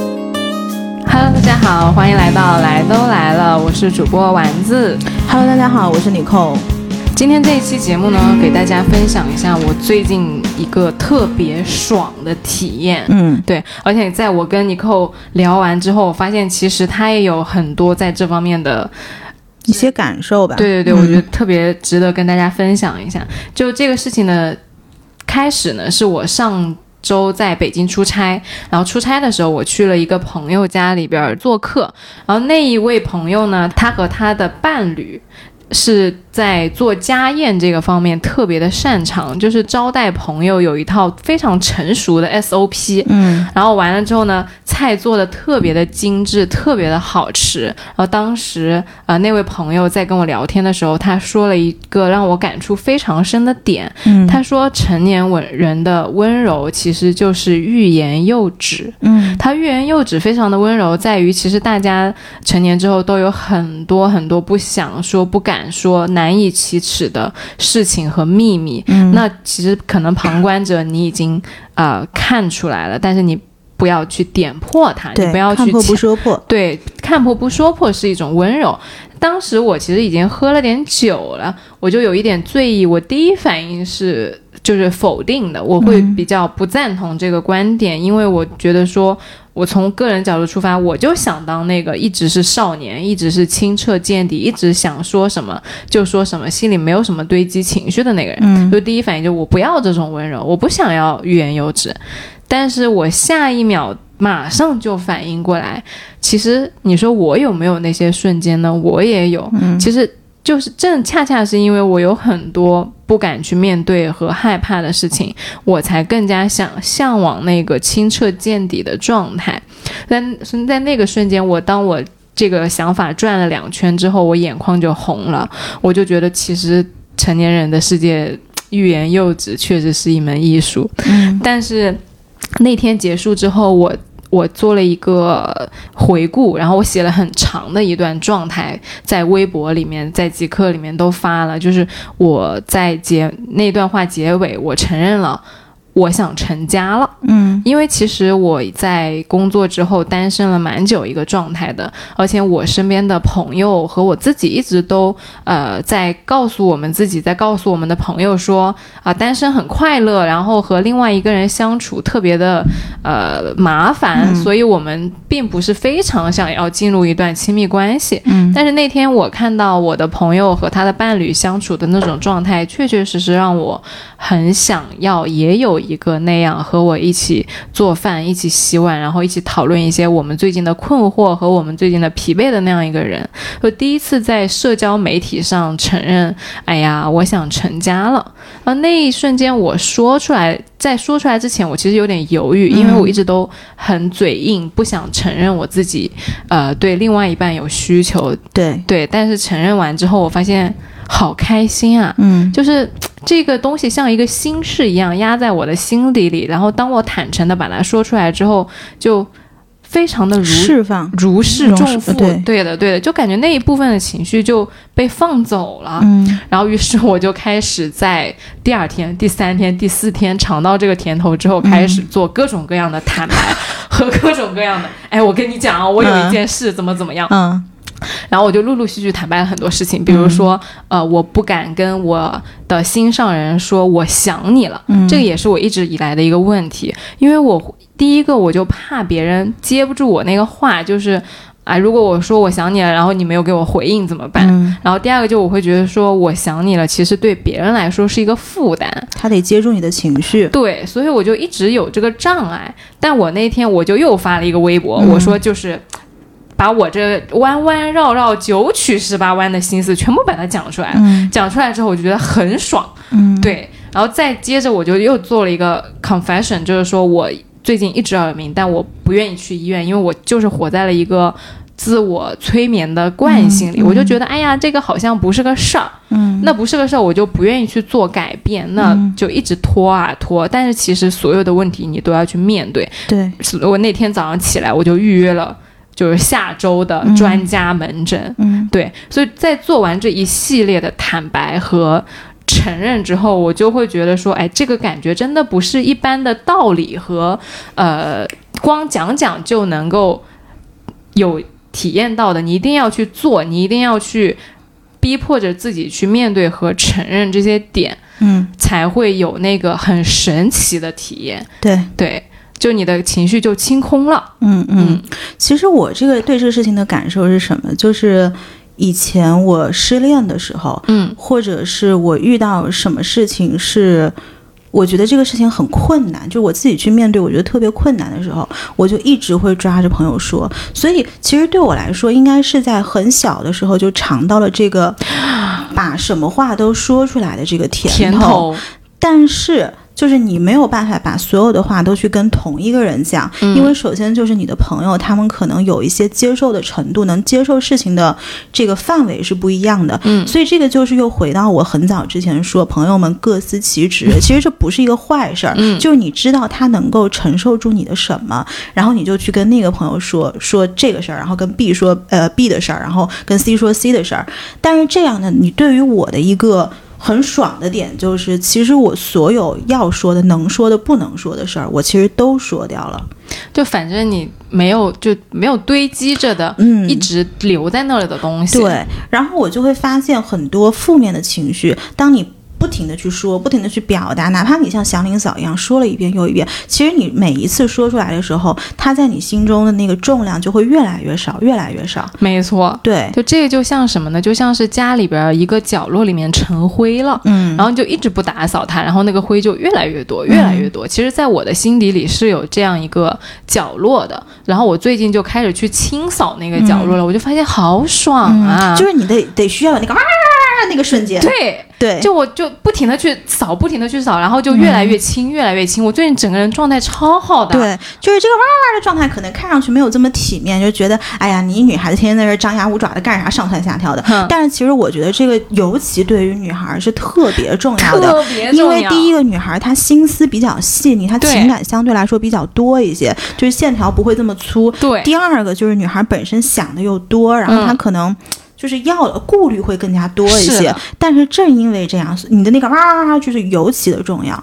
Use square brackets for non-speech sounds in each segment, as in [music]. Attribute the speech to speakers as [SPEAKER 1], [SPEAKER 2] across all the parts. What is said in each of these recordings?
[SPEAKER 1] Hello，大家好，欢迎来到来都来了，我是主播丸子。
[SPEAKER 2] Hello，大家好，我是 Nicole。
[SPEAKER 1] 今天这一期节目呢，给大家分享一下我最近一个特别爽的体验。
[SPEAKER 2] 嗯，
[SPEAKER 1] 对，而且在我跟尼寇聊完之后，我发现其实他也有很多在这方面的，
[SPEAKER 2] 一些感受吧。
[SPEAKER 1] 对对对，
[SPEAKER 2] 嗯
[SPEAKER 1] 我觉得特别值得跟大家分享一下。就这个事情的开始呢，是我上周在北京出差，然后出差的时候我去了一个朋友家里边儿做客，然后那一位朋友呢，他和他的伴侣。是在做家宴这个方面特别的擅长，就是招待朋友有一套非常成熟的 SOP，
[SPEAKER 2] 嗯，
[SPEAKER 1] 然后完了之后呢，菜做的特别的精致，特别的好吃。然后当时呃那位朋友在跟我聊天的时候，他说了一个让我感触非常深的点，
[SPEAKER 2] 嗯
[SPEAKER 1] 他说成年文人的温柔其实就是欲言又止。
[SPEAKER 2] 嗯
[SPEAKER 1] 他欲言又止，非常的温柔，在于其实大家成年之后都有很多很多不想说、不敢说、难以启齿的事情和秘密。
[SPEAKER 2] 嗯
[SPEAKER 1] 那其实可能旁观者你已经呃看出来了，但是你不要去点破它，你
[SPEAKER 2] 对，
[SPEAKER 1] 不要
[SPEAKER 2] 看
[SPEAKER 1] 去
[SPEAKER 2] 破
[SPEAKER 1] 强
[SPEAKER 2] 不
[SPEAKER 1] [laughs]
[SPEAKER 2] 说破。
[SPEAKER 1] 对，看破不说破是一种温柔。当时我其实已经喝了点酒了，我就有一点醉意。我第一反应是就是否定的，我会
[SPEAKER 2] 嗯
[SPEAKER 1] 比较不赞同这个观点，因为我觉得说，我从个人角度出发，我就想当那个一直是少年，一直是清澈见底，一直想说什么就说什么，心里没有什么堆积情绪的那个人。
[SPEAKER 2] 嗯
[SPEAKER 1] 就第一反应就我不要这种温柔，我不想要欲言又止。但是我下一秒马上就反应过来，其实你说我有没有那些瞬间呢？我也有，其实就是正恰恰是因为我有很多不敢去面对和害怕的事情，我才更加想向往那个清澈见底的状态。但是在那个瞬间，我当我这个想法转了两圈之后，我眼眶就红了，我就觉得其实成年人的世界。欲言又止确实是一门艺术，
[SPEAKER 2] 嗯
[SPEAKER 1] 但是那天结束之后，我我做了一个回顾，然后我写了很长的一段状态，在微博里面，在极客里面都发了，就是我在结那段话结尾，我承认了。我想成家了，
[SPEAKER 2] 嗯
[SPEAKER 1] 因为其实我在工作之后单身了蛮久一个状态的，而且我身边的朋友和我自己一直都呃在告诉我们自己，在告诉我们的朋友说啊、单身很快乐，然后和另外一个人相处特别的呃麻烦，所以我们并不是非常想要进入一段亲密关系。
[SPEAKER 2] 嗯
[SPEAKER 1] 但是那天我看到我的朋友和他的伴侣相处的那种状态，确确实实让我很想要也有一个那样和我一起做饭、一起洗碗，然后一起讨论一些我们最近的困惑和我们最近的疲惫的那样一个人。我第一次在社交媒体上承认，哎呀，我想成家了。啊，那一瞬间我说出来，在说出来之前，我其实有点犹豫，因为我一直都很嘴硬，不想承认我自己，呃，对另外一半有需求。
[SPEAKER 2] 对，
[SPEAKER 1] 对，但是承认完之后，我发现好开心啊！
[SPEAKER 2] 嗯
[SPEAKER 1] 就是嘖这个东西像一个心事一样压在我的心底里，然后当我坦诚的把它说出来之后，就非常的如
[SPEAKER 2] 释放。
[SPEAKER 1] 如释
[SPEAKER 2] 容
[SPEAKER 1] 重
[SPEAKER 2] 释
[SPEAKER 1] 负，
[SPEAKER 2] 对
[SPEAKER 1] 对的，对的，就感觉那一部分的情绪就被放走了。
[SPEAKER 2] 嗯
[SPEAKER 1] 然后，于是我就开始在第二天、第三天、第四天尝到这个甜头之后，开始做各种各样的坦白 [laughs] 和各种各样的。哎，我跟你讲啊，我有一件事怎么怎么样。
[SPEAKER 2] 嗯
[SPEAKER 1] 然后我就陆陆续续坦白了很多事情，比如说，呃，我不敢跟我的心上人说我想你了，这个也是我一直以来的一个问题，因为我第一个我就怕别人接不住我那个话，就是。啊，如果我说我想你了，然后你没有给我回应怎么办？
[SPEAKER 2] 嗯，
[SPEAKER 1] 然后第二个就我会觉得说我想你了，其实对别人来说是一个负担，
[SPEAKER 2] 他得接住你的情绪。
[SPEAKER 1] 对，所以我就一直有这个障碍。但我那天我就又发了一个微博，我说就是把我这弯弯绕绕九曲十八弯的心思全部把它讲出来，
[SPEAKER 2] 嗯
[SPEAKER 1] 讲出来之后我就觉得很爽，
[SPEAKER 2] 嗯，
[SPEAKER 1] 对，然后再接着我就又做了一个 confession，就是说我最近一直耳鸣，但我不愿意去医院，因为我就是活在了一个自我催眠的惯性里，我就觉得哎呀，这个好像不是个事儿，
[SPEAKER 2] 嗯，
[SPEAKER 1] 那不是个事儿，我就不愿意去做改变，那就一直拖啊拖。但是其实所有的问题你都要去面对。
[SPEAKER 2] 对，
[SPEAKER 1] 我那天早上起来我就预约了。就是下周的专家门诊。
[SPEAKER 2] 嗯
[SPEAKER 1] 对，所以在做完这一系列的坦白和承认之后，我就会觉得说，哎，这个感觉真的不是一般的道理和呃，光讲讲就能够有体验到的，你一定要去做，你一定要去逼迫着自己去面对和承认这些点，
[SPEAKER 2] 嗯，
[SPEAKER 1] 才会有那个很神奇的体验。
[SPEAKER 2] 对，
[SPEAKER 1] 对，就你的情绪就清空了。
[SPEAKER 2] 嗯嗯
[SPEAKER 1] 嗯。
[SPEAKER 2] 其实我这个对这个事情的感受是什么？就是以前我失恋的时候，
[SPEAKER 1] 嗯
[SPEAKER 2] 或者是我遇到什么事情是。我觉得这个事情很困难，就我自己去面对，我觉得特别困难的时候，我就一直会抓着朋友说。所以其实对我来说，应该是在很小的时候就尝到了这个把什么话都说出来的这个甜
[SPEAKER 1] 甜头，
[SPEAKER 2] 但是就是你没有办法把所有的话都去跟同一个人讲，
[SPEAKER 1] 嗯
[SPEAKER 2] 因为首先就是你的朋友，他们可能有一些接受的程度，能接受事情的这个范围是不一样的。
[SPEAKER 1] 嗯
[SPEAKER 2] 所以这个就是又回到我很早之前说，朋友们各司其
[SPEAKER 1] [laughs]
[SPEAKER 2] 职，其实这不是一个坏事儿，
[SPEAKER 1] 嗯
[SPEAKER 2] 就是你知道他能够承受住你的什么，然后你就去跟那个朋友说说这个事儿，然后跟 B 说呃 B 的事儿，然后跟 C 说 C 的事儿。但是这样呢，你对于我的一个很爽的点就是，其实我所有要说的、能说的、不能说的事儿，我其实都说掉了。
[SPEAKER 1] 就反正你没有就没有堆积着的，
[SPEAKER 2] 嗯
[SPEAKER 1] 一直留在那里的东西。
[SPEAKER 2] 对，然后我就会发现很多负面的情绪，当你不停的去说，不停的去表达，哪怕你像祥林嫂一样说了一遍又一遍，其实你每一次说出来的时候，它在你心中的那个重量就会越来越少，越来越少。
[SPEAKER 1] 没错，
[SPEAKER 2] 对，
[SPEAKER 1] 就这个就像什么呢？就像是家里边儿一个角落里面成灰了。
[SPEAKER 2] 嗯，
[SPEAKER 1] 然后就一直不打扫它，然后那个灰就越来越多，越来越
[SPEAKER 2] 嗯
[SPEAKER 1] 多。其实，在我的心底里是有这样一个角落的。然后我最近就开始去清扫那个角落了，我就发现好爽啊！
[SPEAKER 2] 嗯就是你得得需要有那个啊那个瞬间，
[SPEAKER 1] 对，
[SPEAKER 2] 对，
[SPEAKER 1] 就我就不停的去扫，不停的去扫，然后就
[SPEAKER 2] 嗯
[SPEAKER 1] 越来越轻，越来越轻。我最近整个人状态超好的。
[SPEAKER 2] 对，啊就是这个哇哇的状态，可能看上去没有这么体面，就觉得哎呀，你一女孩子天天在这张牙舞爪的干啥，上蹿下跳的。
[SPEAKER 1] 哼
[SPEAKER 2] 但是其实我觉得这个，尤其对于女孩儿是特别重要的，
[SPEAKER 1] 特别
[SPEAKER 2] 因
[SPEAKER 1] 重要。
[SPEAKER 2] 为第一个女孩她心思比较细腻，她
[SPEAKER 1] 对
[SPEAKER 2] 情感相对来说比较多一些，就是线条不会这么粗。
[SPEAKER 1] 对
[SPEAKER 2] 第二个就是女孩本身想的又多，然后
[SPEAKER 1] 嗯
[SPEAKER 2] 她可能。就是要顾虑会更加多一
[SPEAKER 1] 是
[SPEAKER 2] 些
[SPEAKER 1] 的，
[SPEAKER 2] 但是正因为这样，你的那个哇哇哇就是尤其的重要。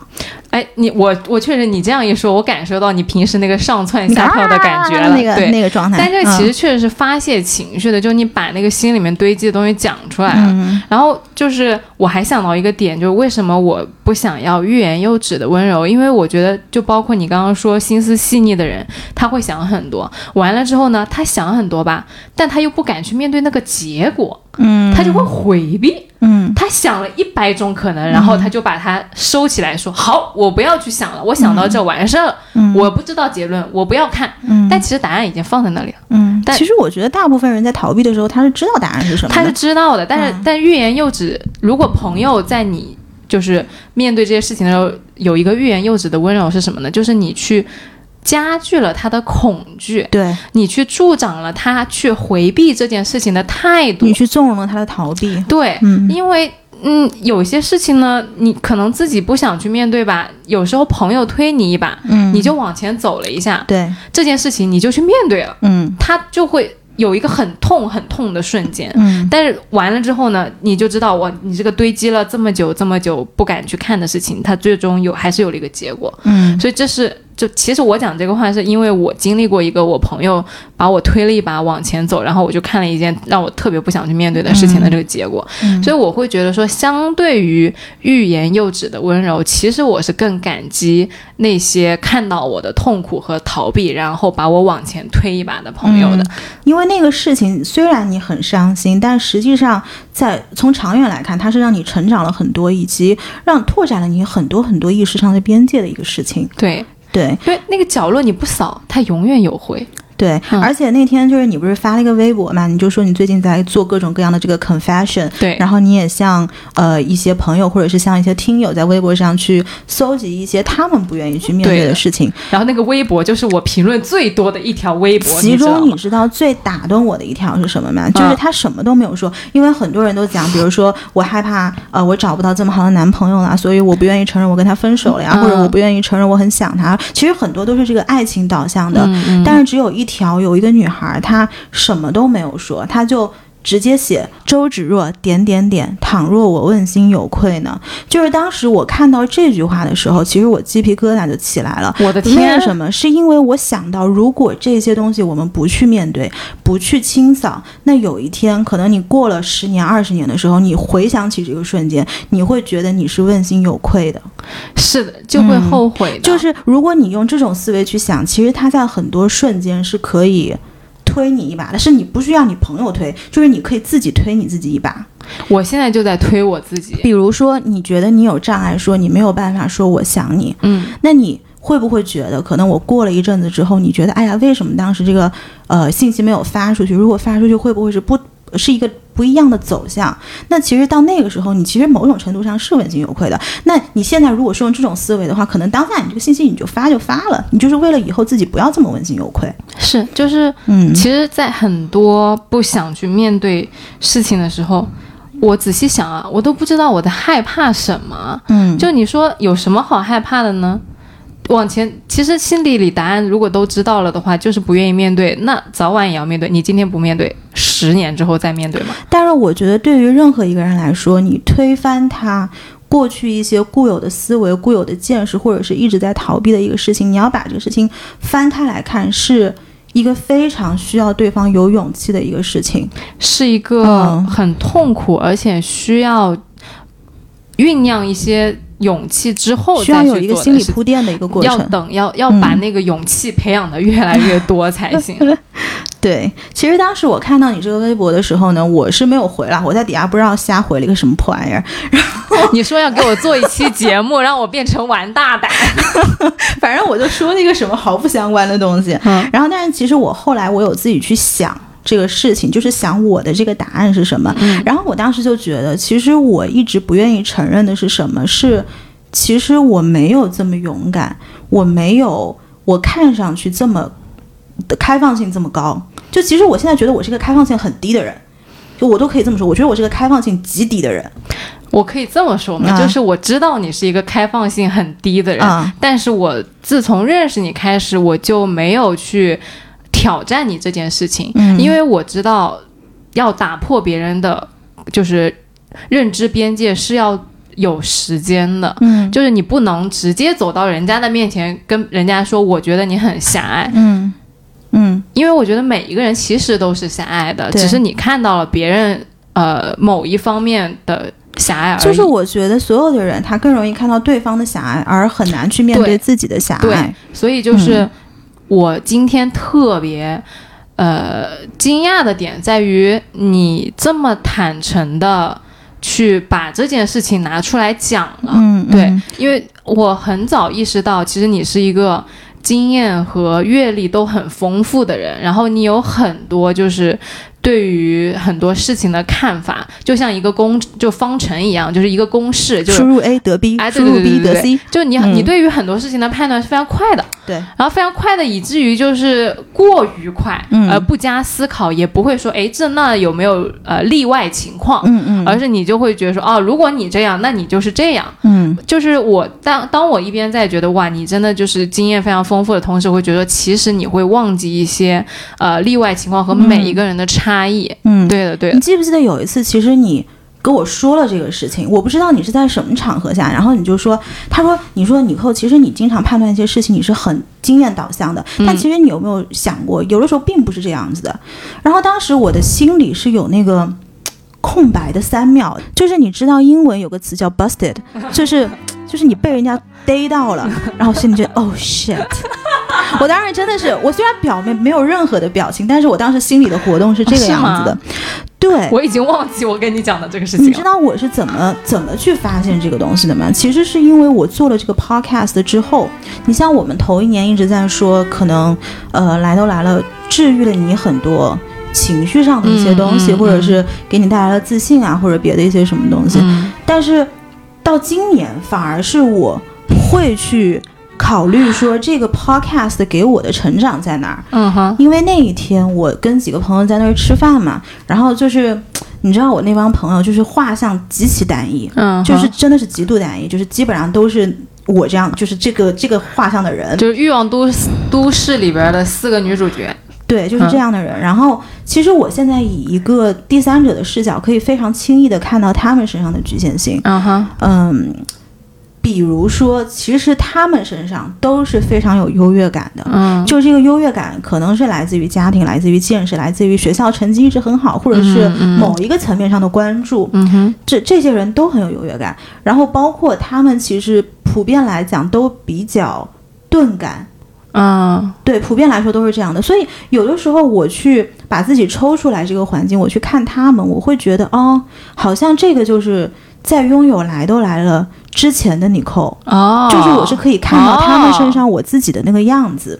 [SPEAKER 1] 哎，你我我确实，你这样一说，我感受到你平时那个上蹿
[SPEAKER 2] 你啊
[SPEAKER 1] 下跳的感觉了，
[SPEAKER 2] 那个
[SPEAKER 1] 对。
[SPEAKER 2] 那个状态。
[SPEAKER 1] 但这其
[SPEAKER 2] 嗯
[SPEAKER 1] 实确实是发泄情绪的，就你把那个心里面堆积的东西讲出来了。
[SPEAKER 2] 嗯
[SPEAKER 1] 然后就是我还想到一个点，就是为什么我不想要欲言又止的温柔，因为我觉得就包括你刚刚说心思细腻的人，他会想很多，完了之后呢，他想很多吧，但他又不敢去面对那个结果，
[SPEAKER 2] 嗯，
[SPEAKER 1] 他就会回避。
[SPEAKER 2] 嗯
[SPEAKER 1] 他想了一百种可能，然后他就把它收起来说，好，我不要去想了，我想到这完事儿了，
[SPEAKER 2] 嗯
[SPEAKER 1] 我不知道结论，我不要看。
[SPEAKER 2] 嗯
[SPEAKER 1] 但其实答案已经放在那里了，
[SPEAKER 2] 嗯，
[SPEAKER 1] 但
[SPEAKER 2] 其实我觉得大部分人在逃避的时候，他是知道答案是什么
[SPEAKER 1] 他是
[SPEAKER 2] 的。
[SPEAKER 1] 知道的，但
[SPEAKER 2] 嗯
[SPEAKER 1] 是、但欲言又止。如果朋友在你就是面对这些事情的时候，有一个欲言又止的温柔是什么呢？就是你去加剧了他的恐惧，
[SPEAKER 2] 对
[SPEAKER 1] 你去助长了他去回避这件事情的态度
[SPEAKER 2] 你。去纵容了他的逃避。
[SPEAKER 1] 对，
[SPEAKER 2] 嗯
[SPEAKER 1] 因为嗯，有些事情呢，你可能自己不想去面对吧，有时候朋友推你一把，
[SPEAKER 2] 嗯，
[SPEAKER 1] 你就往前走了一下，
[SPEAKER 2] 对，
[SPEAKER 1] 这件事情你就去面对了，
[SPEAKER 2] 嗯
[SPEAKER 1] 它就会有一个很痛很痛的瞬间。
[SPEAKER 2] 嗯
[SPEAKER 1] 但是完了之后呢，你就知道我你这个堆积了这么久这么久不敢去看的事情，它最终有还是有了一个结果。
[SPEAKER 2] 嗯
[SPEAKER 1] 所以这是就其实我讲这个话，是因为我经历过一个我朋友把我推了一把往前走，然后我就看了一件让我特别不想去面对的事情的这个结果，
[SPEAKER 2] 嗯
[SPEAKER 1] 所以我会觉得说，相对于欲言又止的温柔，其实我是更感激那些看到我的痛苦和逃避，然后把我往前推一把的朋友的。
[SPEAKER 2] 因为那个事情虽然你很伤心，但实际上在从长远来看，它是让你成长了很多，以及让拓展了你很多很多意识上的边界的一个事情。
[SPEAKER 1] 对，
[SPEAKER 2] 对，
[SPEAKER 1] 因为那个角落你不扫，它永远有灰。
[SPEAKER 2] 对，
[SPEAKER 1] 嗯
[SPEAKER 2] 而且那天就是你不是发了一个微博嘛，你就说你最近在做各种各样的这个 confession，
[SPEAKER 1] 对
[SPEAKER 2] 然后你也向呃一些朋友或者是像一些听友在微博上去搜集一些他们不愿意去面对
[SPEAKER 1] 对
[SPEAKER 2] 的
[SPEAKER 1] 的
[SPEAKER 2] 事情，
[SPEAKER 1] 然后那个微博就是我评论最多的一条微博，
[SPEAKER 2] 其
[SPEAKER 1] 你知道
[SPEAKER 2] 中你
[SPEAKER 1] 吗？嗯
[SPEAKER 2] 知道最打动我的一条是什么吗？就是他什么都没有说，因为很多人都讲，比如说我害怕呃我找不到这么好的男朋友了，所以我不愿意承认我跟他分手了呀，
[SPEAKER 1] 嗯
[SPEAKER 2] 或者我不愿意承认我很想他。其实很多都是这个爱情导向的，
[SPEAKER 1] 嗯嗯
[SPEAKER 2] 但是只有一条有一个女孩，她什么都没有说，她就直接写周芷若点点点，倘若我问心有愧呢。就是当时我看到这句话的时候，其实我鸡皮疙瘩就起来了。
[SPEAKER 1] 我的
[SPEAKER 2] 为
[SPEAKER 1] 天，啊
[SPEAKER 2] 什么？是因为我想到，如果这些东西我们不去面对，不去清扫，那有一天，可能你过了十年、二十年的时候，你回想起这个瞬间，你会觉得你是问心有愧的。
[SPEAKER 1] 是的，就会后悔的。
[SPEAKER 2] 就是如果你用这种思维去想，其实它在很多瞬间是可以推你一把的，是你不需要你朋友推，就是你可以自己推你自己一把。
[SPEAKER 1] 我现在就在推我自己。
[SPEAKER 2] 比如说，你觉得你有障碍，说你没有办法说我想你，
[SPEAKER 1] 嗯，
[SPEAKER 2] 那你会不会觉得，可能我过了一阵子之后，你觉得，哎呀，为什么当时这个呃信息没有发出去？如果发出去，会不会是不是一个不一样的走向？那其实到那个时候，你其实某种程度上是问心有愧的。那你现在如果是用这种思维的话，可能当下你这个信息你就发就发了，你就是为了以后自己不要这么问心有愧。
[SPEAKER 1] 是，就是
[SPEAKER 2] 嗯
[SPEAKER 1] 其实，在很多不想去面对事情的时候，我仔细想啊，我都不知道我的害怕什么。
[SPEAKER 2] 嗯
[SPEAKER 1] 就你说有什么好害怕的呢？往前，其实心里里答案如果都知道了的话，就是不愿意面对，那早晚也要面对。你今天不面对，十年之后再面对嘛。
[SPEAKER 2] 但是我觉得，对于任何一个人来说，你推翻他过去一些固有的思维、固有的见识，或者是一直在逃避的一个事情，你要把这个事情翻开来看，是一个非常需要对方有勇气的一个事情。
[SPEAKER 1] 是一个
[SPEAKER 2] 嗯
[SPEAKER 1] 很痛苦，而且需要酝酿一些勇气之后
[SPEAKER 2] 需要
[SPEAKER 1] 哦再
[SPEAKER 2] 有
[SPEAKER 1] 去
[SPEAKER 2] 一个
[SPEAKER 1] 做
[SPEAKER 2] 心
[SPEAKER 1] 的
[SPEAKER 2] 理
[SPEAKER 1] 事。
[SPEAKER 2] 铺垫的一个过
[SPEAKER 1] 要
[SPEAKER 2] 程。嗯
[SPEAKER 1] 等，要要把那个勇气培养的越来越多才
[SPEAKER 2] [laughs]
[SPEAKER 1] 行。
[SPEAKER 2] 对，其实当时我看到你这个微博的时候呢，我是没有回了，我在底下不知道瞎回了一个什么破玩意儿，
[SPEAKER 1] 你说要给我做一期节目，让我变成玩大胆，
[SPEAKER 2] [laughs] 反正我就说了一个什么毫不相关的东西。
[SPEAKER 1] 嗯
[SPEAKER 2] 然后，但是其实我后来我有自己去想这个事情，就是想我的这个答案是什么。然后我当时就觉得，其实我一直不愿意承认的是什么？是其实我没有这么勇敢，我没有我看上去这么的开放性这么高。就其实我现在觉得我是个开放性很低的人。就我都可以这么说，我觉得我是个开放性极低的人
[SPEAKER 1] 我可以这么说吗？
[SPEAKER 2] 啊
[SPEAKER 1] 就是我知道你是一个开放性很低的人，
[SPEAKER 2] 啊、
[SPEAKER 1] 但是我自从认识你开始，我就没有去挑战你这件事情，
[SPEAKER 2] 嗯
[SPEAKER 1] 因为我知道要打破别人的就是认知边界是要有时间的。
[SPEAKER 2] 嗯
[SPEAKER 1] 就是你不能直接走到人家的面前，跟人家说我觉得你很狭隘，
[SPEAKER 2] 嗯嗯，
[SPEAKER 1] 因为我觉得每一个人其实都是狭隘的，
[SPEAKER 2] 对
[SPEAKER 1] 只是你看到了别人呃某一方面的狭隘而已。
[SPEAKER 2] 就是我觉得所有的人，他更容易看到对方的狭隘，而很难去面
[SPEAKER 1] 对
[SPEAKER 2] 对自己的狭隘
[SPEAKER 1] 对。，所以就是我今天特别呃惊讶的点在于，你这么坦诚的去把这件事情拿出来讲了。
[SPEAKER 2] 嗯，嗯
[SPEAKER 1] 对，，因为我很早意识到，其实你是一个经验和阅历都很丰富的人，然后你有很多就是对于很多事情的看法，就像一个公就方程一样，就是一个公式，就是
[SPEAKER 2] 输入 A 得 B，
[SPEAKER 1] 哎对
[SPEAKER 2] 输入
[SPEAKER 1] 对对
[SPEAKER 2] B
[SPEAKER 1] 对
[SPEAKER 2] 得 C，
[SPEAKER 1] 就你、
[SPEAKER 2] 嗯
[SPEAKER 1] 你对于很多事情的判断是非常快的，
[SPEAKER 2] 对，
[SPEAKER 1] 然后非常快的，以至于就是过于快，
[SPEAKER 2] 嗯
[SPEAKER 1] 而不加思考，也不会说哎这那有没有呃例外情况，
[SPEAKER 2] 嗯嗯
[SPEAKER 1] 而是你就会觉得说哦，如果你这样，那你就是这样。
[SPEAKER 2] 嗯
[SPEAKER 1] 就是我当当我一边在觉得哇，你真的就是经验非常丰富的同时，我会觉得其实你会忘记一些呃例外情况和每一个人的差异。
[SPEAKER 2] 嗯。
[SPEAKER 1] 对的，对
[SPEAKER 2] 你
[SPEAKER 1] 的，
[SPEAKER 2] 记不记得有一次，其实你跟我说了这个事情，我不知道你是在什么场合下，然后你就说，他说，你说以后其实你经常判断一些事情，你是很经验导向的，
[SPEAKER 1] 嗯
[SPEAKER 2] 但其实你有没有想过，有的时候并不是这样子的。然后当时我的心里是有那个。嘖空白的三秒，就是你知道英文有个词
[SPEAKER 1] [laughs]
[SPEAKER 2] 叫 busted，就是就是你被人家逮到了，然后心里就 oh shit，我当时真的是，我虽然表面没有任何的表情，但是我当时心里的活动是这个
[SPEAKER 1] 哦是吗
[SPEAKER 2] 样子的，对，
[SPEAKER 1] 我已经忘记我跟你讲的这个事
[SPEAKER 2] 你
[SPEAKER 1] 情啊
[SPEAKER 2] 知
[SPEAKER 1] 了。
[SPEAKER 2] 道我是怎么怎么去发现这个东西的吗？其实是因为我做了这个 podcast 之后，你像我们头一年一直在说，可能呃来都来了，治愈了你很多情绪上的一些东西，
[SPEAKER 1] 嗯嗯
[SPEAKER 2] 或者是给你带来了自信啊，或者别的一些什么东西。
[SPEAKER 1] 嗯，
[SPEAKER 2] 但是到今年，反而是我会去考虑说，这个 podcast 给我的成长在哪儿。
[SPEAKER 1] 嗯哼，
[SPEAKER 2] 因为那一天我跟几个朋友在那儿吃饭嘛，然后就是你知道我那帮朋友就是画像极其单一，
[SPEAKER 1] 嗯哼，
[SPEAKER 2] 就是真的是极度单一，就是基本上都是我这样，就是这个这个画像的人。
[SPEAKER 1] 就是《欲望都市都市》里边的四个女主角，
[SPEAKER 2] 对，就是
[SPEAKER 1] 嗯
[SPEAKER 2] 这样的人。然后，其实我现在以一个第三者的视角，可以非常轻易的看到他们身上的局限性。
[SPEAKER 1] 嗯哼，
[SPEAKER 2] 嗯，比如说，其实他们身上都是非常有优越感的。
[SPEAKER 1] 嗯，
[SPEAKER 2] 就是这个优越感，可能是来自于家庭，来自于见识，来自于学校成绩一直很好，或者是
[SPEAKER 1] 嗯嗯
[SPEAKER 2] 某一个层面上的关注。
[SPEAKER 1] 嗯哼，
[SPEAKER 2] 这这些人都很有优越感，然后包括他们其实普遍来讲都比较钝感，
[SPEAKER 1] 嗯
[SPEAKER 2] 对，普遍来说都是这样的。所以有的时候我去把自己抽出来这个环境，我去看他们，我会觉得哦，好像这个就是在拥有来都来了之前的 Nicole，、
[SPEAKER 1] 哦，
[SPEAKER 2] 就是我是可以看到他们身
[SPEAKER 1] 哦
[SPEAKER 2] 上我自己的那个样子。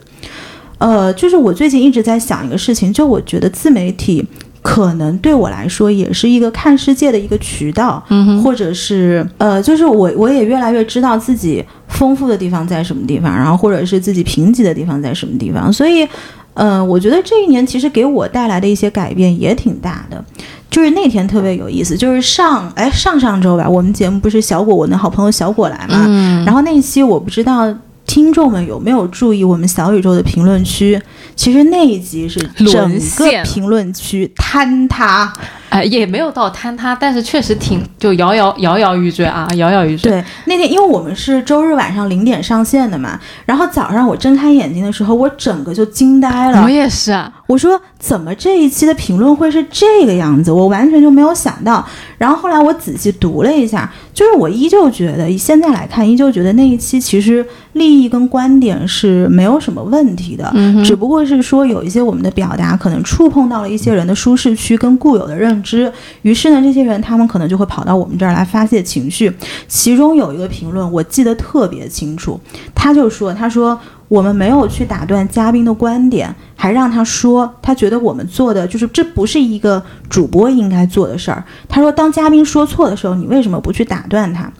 [SPEAKER 2] 呃，就是我最近一直在想一个事情，就我觉得自媒体可能对我来说也是一个看世界的一个渠道，
[SPEAKER 1] 嗯哼，
[SPEAKER 2] 或者是呃，就是我我也越来越知道自己丰富的地方在什么地方，然后或者是自己贫瘠的地方在什么地方，所以。呃，我觉得这一年其实给我带来的一些改变也挺大的，就是那天特别有意思，就是上哎上上周吧，我们节目不是小果我的好朋友小果来嘛，
[SPEAKER 1] 嗯，
[SPEAKER 2] 然后那一期我不知道听众们有没有注意我们小宇宙的评论区，其实那一集是整
[SPEAKER 1] 沦
[SPEAKER 2] 个
[SPEAKER 1] 陷
[SPEAKER 2] 评论区坍塌，
[SPEAKER 1] 哎，也没有到坍塌，但是确实挺就摇摇摇摇欲坠啊，摇摇欲坠。
[SPEAKER 2] 对，那天因为我们是周日晚上零点上线的嘛，然后早上我睁开眼睛的时候，我整个就惊呆了
[SPEAKER 1] 我。也是啊，
[SPEAKER 2] 我说怎么这一期的评论会是这个样子？我完全就没有想到。然后后来我仔细读了一下，就是我依旧觉得，以现在来看，依旧觉得那一期其实利益跟观点是没有什么问题的。
[SPEAKER 1] 嗯哼
[SPEAKER 2] 只不过是说有一些我们的表达可能触碰到了一些人的舒适区跟固有的认知，于是呢，这些人他们可能就会跑到我们这儿来发泄情绪。其中有一个评论我记得特别清楚，他就说：“他说我们没有去打断嘉宾的观点，还让他说，他觉得我们做的就是这不是一个主播应该做的事儿。”他说：“当嘉宾说错的时候，你为什么不去打断他？”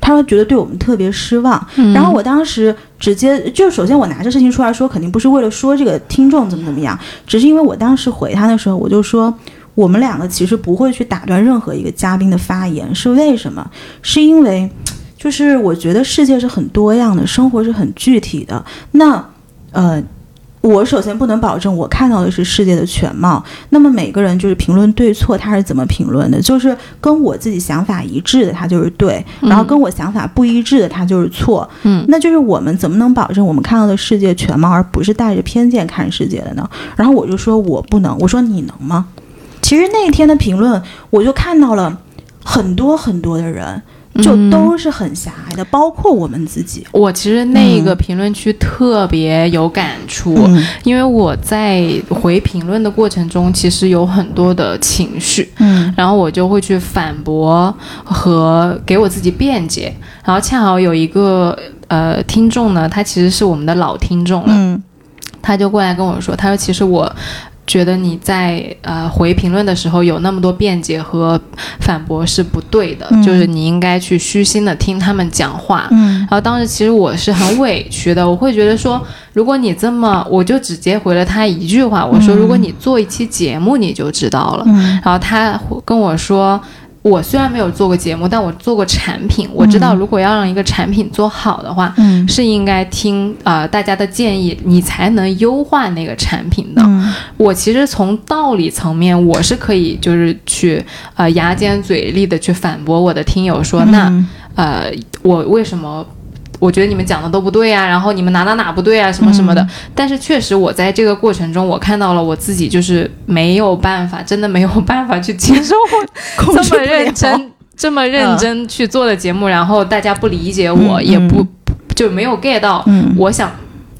[SPEAKER 2] 他说觉得对我们特别失望，
[SPEAKER 1] 嗯
[SPEAKER 2] 然后我当时直接就首先我拿这事情出来说，肯定不是为了说这个听众怎么怎么样，只是因为我当时回他的时候，我就说我们两个其实不会去打断任何一个嘉宾的发言，是为什么？是因为就是我觉得世界是很多样的，生活是很具体的。那呃。我首先不能保证我看到的是世界的全貌，那么每个人就是评论对错，他是怎么评论的，就是跟我自己想法一致的，他就是对，然后跟我想法不一致的，他就是错。
[SPEAKER 1] 嗯，
[SPEAKER 2] 那就是我们怎么能保证我们看到的世界全貌，而不是带着偏见看世界的呢？然后我就说我不能，我说你能吗？其实那天的评论，我就看到了很多很多的人，就
[SPEAKER 1] 嗯
[SPEAKER 2] 都是很狭隘的，包括我们自己。
[SPEAKER 1] 我其实那
[SPEAKER 2] 嗯
[SPEAKER 1] 个评论区特别有感触，因为我在回评论的过程中，其实有很多的情绪，
[SPEAKER 2] 嗯
[SPEAKER 1] 然后我就会去反驳和给我自己辩解。然后恰好有一个呃听众呢，他其实是我们的老听众了，
[SPEAKER 2] 嗯
[SPEAKER 1] 他就过来跟我说，他说其实我。觉得你在呃回评论的时候有那么多辩解和反驳是不对的，
[SPEAKER 2] 嗯
[SPEAKER 1] 就是你应该去虚心的听他们讲话。
[SPEAKER 2] 嗯
[SPEAKER 1] 然后当时其实我是很委屈的，我会觉得说，如果你这么，我就直接回了他一句话，我说，如果你做一期节目，你就知道了。
[SPEAKER 2] 嗯
[SPEAKER 1] 然后他跟我说。我虽然没有做过节目，但我做过产品。我知道，如果要让一个产品做好的话，
[SPEAKER 2] 嗯
[SPEAKER 1] 是应该听呃大家的建议，你才能优化那个产品的。
[SPEAKER 2] 嗯
[SPEAKER 1] 我其实从道理层面，我是可以就是去呃牙尖嘴利的去反驳我的听友说，
[SPEAKER 2] 嗯
[SPEAKER 1] 那呃，我为什么？我觉得你们讲的都不对啊，然后你们哪哪哪不对啊，什么什么的。但是确实，我在这个过程中，我看到了我自己就是没有办法，真的没有办法去接受我
[SPEAKER 2] 控制
[SPEAKER 1] 这
[SPEAKER 2] 不
[SPEAKER 1] 么认
[SPEAKER 2] 了
[SPEAKER 1] 真、这么认真去做的节目，然后大家不理解我，
[SPEAKER 2] 嗯
[SPEAKER 1] 也
[SPEAKER 2] 嗯
[SPEAKER 1] 不就没有 get 到
[SPEAKER 2] 嗯
[SPEAKER 1] 我想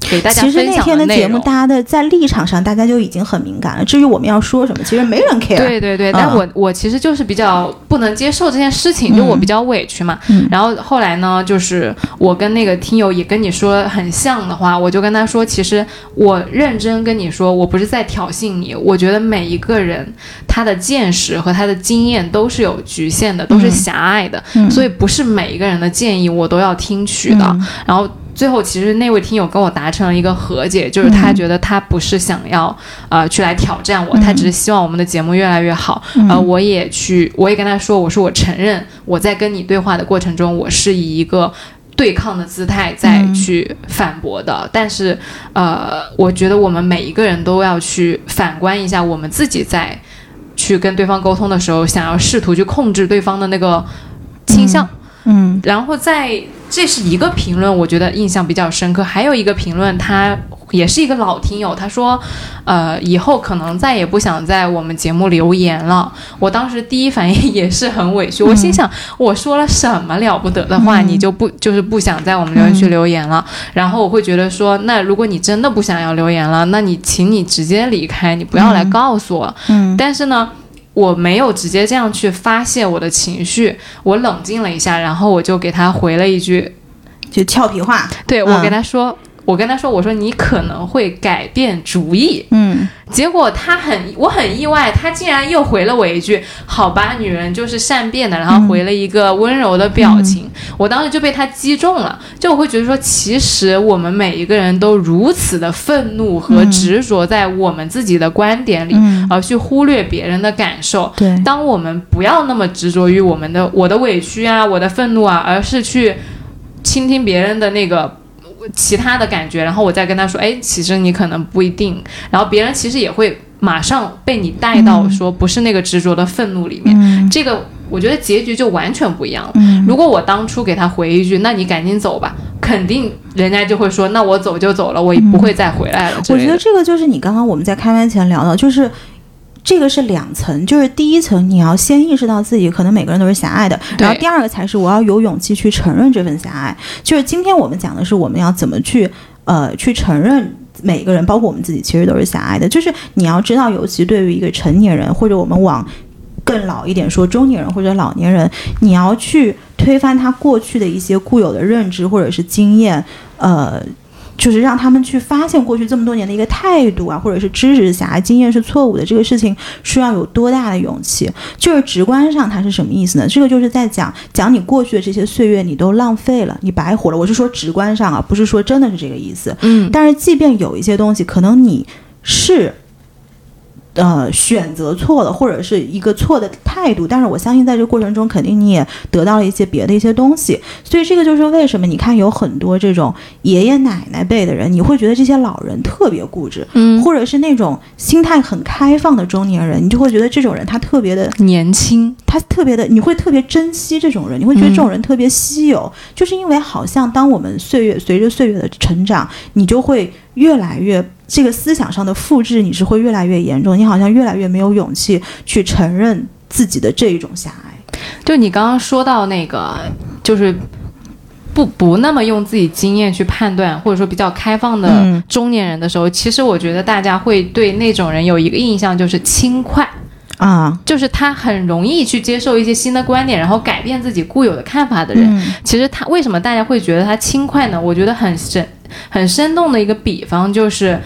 [SPEAKER 1] 给 [laughs] 大家
[SPEAKER 2] 其实
[SPEAKER 1] 分
[SPEAKER 2] 那
[SPEAKER 1] 享
[SPEAKER 2] 天的
[SPEAKER 1] 内
[SPEAKER 2] 节目，
[SPEAKER 1] 容。
[SPEAKER 2] 大家的在立场上，大家就已经很敏感了。至于我们要说什么，其实没人 care。
[SPEAKER 1] 对对对，但
[SPEAKER 2] 嗯
[SPEAKER 1] 我我其实就是比较不能接受这件事情，就我比较委屈嘛。
[SPEAKER 2] 嗯
[SPEAKER 1] 然后后来呢，就是我跟那个听友也跟你说很像的话，我就跟他说，其实我认真跟你说，我不是在挑衅你，我觉得每一个人他的见识和他的经验都是有局限的，
[SPEAKER 2] 嗯
[SPEAKER 1] 都是狭隘的，所以不是每一个人的建议我都要听取的。
[SPEAKER 2] 嗯
[SPEAKER 1] 然后最后，其实那位听友跟我达成了一个和解，就是他觉得他不是想要呃去来挑战我，他只是希望我们的节目越来越好。呃，我也去，我也跟他说，我说我承认我在跟你对话的过程中，我是以一个。对抗的姿态在去反驳的。但是，呃，我觉得我们每一个人都要去反观一下我们自己在去跟对方沟通的时候，想要试图去控制对方的那个倾向。
[SPEAKER 2] 嗯
[SPEAKER 1] 然后在这是一个评论，我觉得印象比较深刻。还有一个评论，他也是一个老听友，他说，呃，以后可能再也不想在我们节目留言了。我当时第一反应也是很委
[SPEAKER 2] 嗯
[SPEAKER 1] 屈，我心想，我说了什么了不得的话，你就不就是不想在我们留言区留言了？然后我会觉得说，那如果你真的不想要留言了，那你请你直接离开，你不要来告诉我。
[SPEAKER 2] 嗯
[SPEAKER 1] 但是呢，我没有直接这样去发泄我的情绪，我冷静了一下，然后我就给他回了一句，
[SPEAKER 2] 就俏皮话，
[SPEAKER 1] 对
[SPEAKER 2] 嗯
[SPEAKER 1] 我给他说。我跟他说：“我说你可能会改变主意。
[SPEAKER 2] 嗯”
[SPEAKER 1] 结果他很，我很意外，他竟然又回了我一句：“好吧，女人就是善变的。”然
[SPEAKER 2] 嗯
[SPEAKER 1] 后回了一个温柔的表情。我当时就被他击中了，就我会觉得说，其实我们每一个人都如此的愤怒和执着在我们自己的观点里，
[SPEAKER 2] 嗯，
[SPEAKER 1] 而去忽略别人的感受。
[SPEAKER 2] 对，
[SPEAKER 1] 当我们不要那么执着于我们的我的委屈啊、我的愤怒啊，而是去倾听别人的那个其他的感觉，然后我再跟他说，哎，其实你可能不一定，然后别人其实也会马上被你带到说不是那个执着的愤怒里面，
[SPEAKER 2] 嗯
[SPEAKER 1] 这个我觉得结局就完全不一样了。
[SPEAKER 2] 嗯
[SPEAKER 1] 如果我当初给他回一句，那你赶紧走吧，肯定人家就会说，那我走就走了，我也不会再回来了之
[SPEAKER 2] 嗯我
[SPEAKER 1] 类
[SPEAKER 2] 觉
[SPEAKER 1] 的。
[SPEAKER 2] 得这个就是你刚刚我们在开麦前聊到，就是这个是两层，就是第一层你要先意识到自己可能每个人都是狭隘的，
[SPEAKER 1] 对
[SPEAKER 2] 然后第二个才是我要有勇气去承认这份狭隘。就是今天我们讲的是我们要怎么去呃去承认。每个人，包括我们自己，其实都是狭隘的。就是你要知道，尤其对于一个成年人，或者我们往更老一点说中年人或者老年人，你要去推翻他过去的一些固有的认知或者是经验，呃，就是让他们去发现过去这么多年的一个态度啊，或者是知识狭隘、经验是错误的这个事情，需要有多大的勇气？就是直观上它是什么意思呢？这个就是在讲讲你过去的这些岁月，你都浪费了，你白活了。我是说直观上啊，不是说真的是这个意思。
[SPEAKER 1] 嗯，
[SPEAKER 2] 但是即便有一些东西，可能你是。呃，选择错了，或者是一个错的态度，但是我相信在这个过程中，肯定你也得到了一些别的一些东西，所以这个就是为什么你看有很多这种爷爷奶奶辈的人，你会觉得这些老人特别固执，
[SPEAKER 1] 嗯，
[SPEAKER 2] 或者是那种心态很开放的中年人，你就会觉得这种人他特别的
[SPEAKER 1] 年轻，
[SPEAKER 2] 他特别的，你会特别珍惜这种人，你会觉得这种人特别稀有，就是因为好像当我们岁月随着岁月的成长，你就会越来越这个思想上的复制，你是会越来越严重，你好像越来越没有勇气去承认自己的这一种狭隘。
[SPEAKER 1] 就你刚刚说到那个，就是不不那么用自己经验去判断，或者说比较开放的
[SPEAKER 2] 嗯
[SPEAKER 1] 中年人的时候，其实我觉得大家会对那种人有一个印象，就是轻快，
[SPEAKER 2] 啊，
[SPEAKER 1] 就是他很容易去接受一些新的观点，然后改变自己固有的看法的人。
[SPEAKER 2] 嗯
[SPEAKER 1] 其实他为什么大家会觉得他轻快呢？我觉得很生很生动的一个比方就是，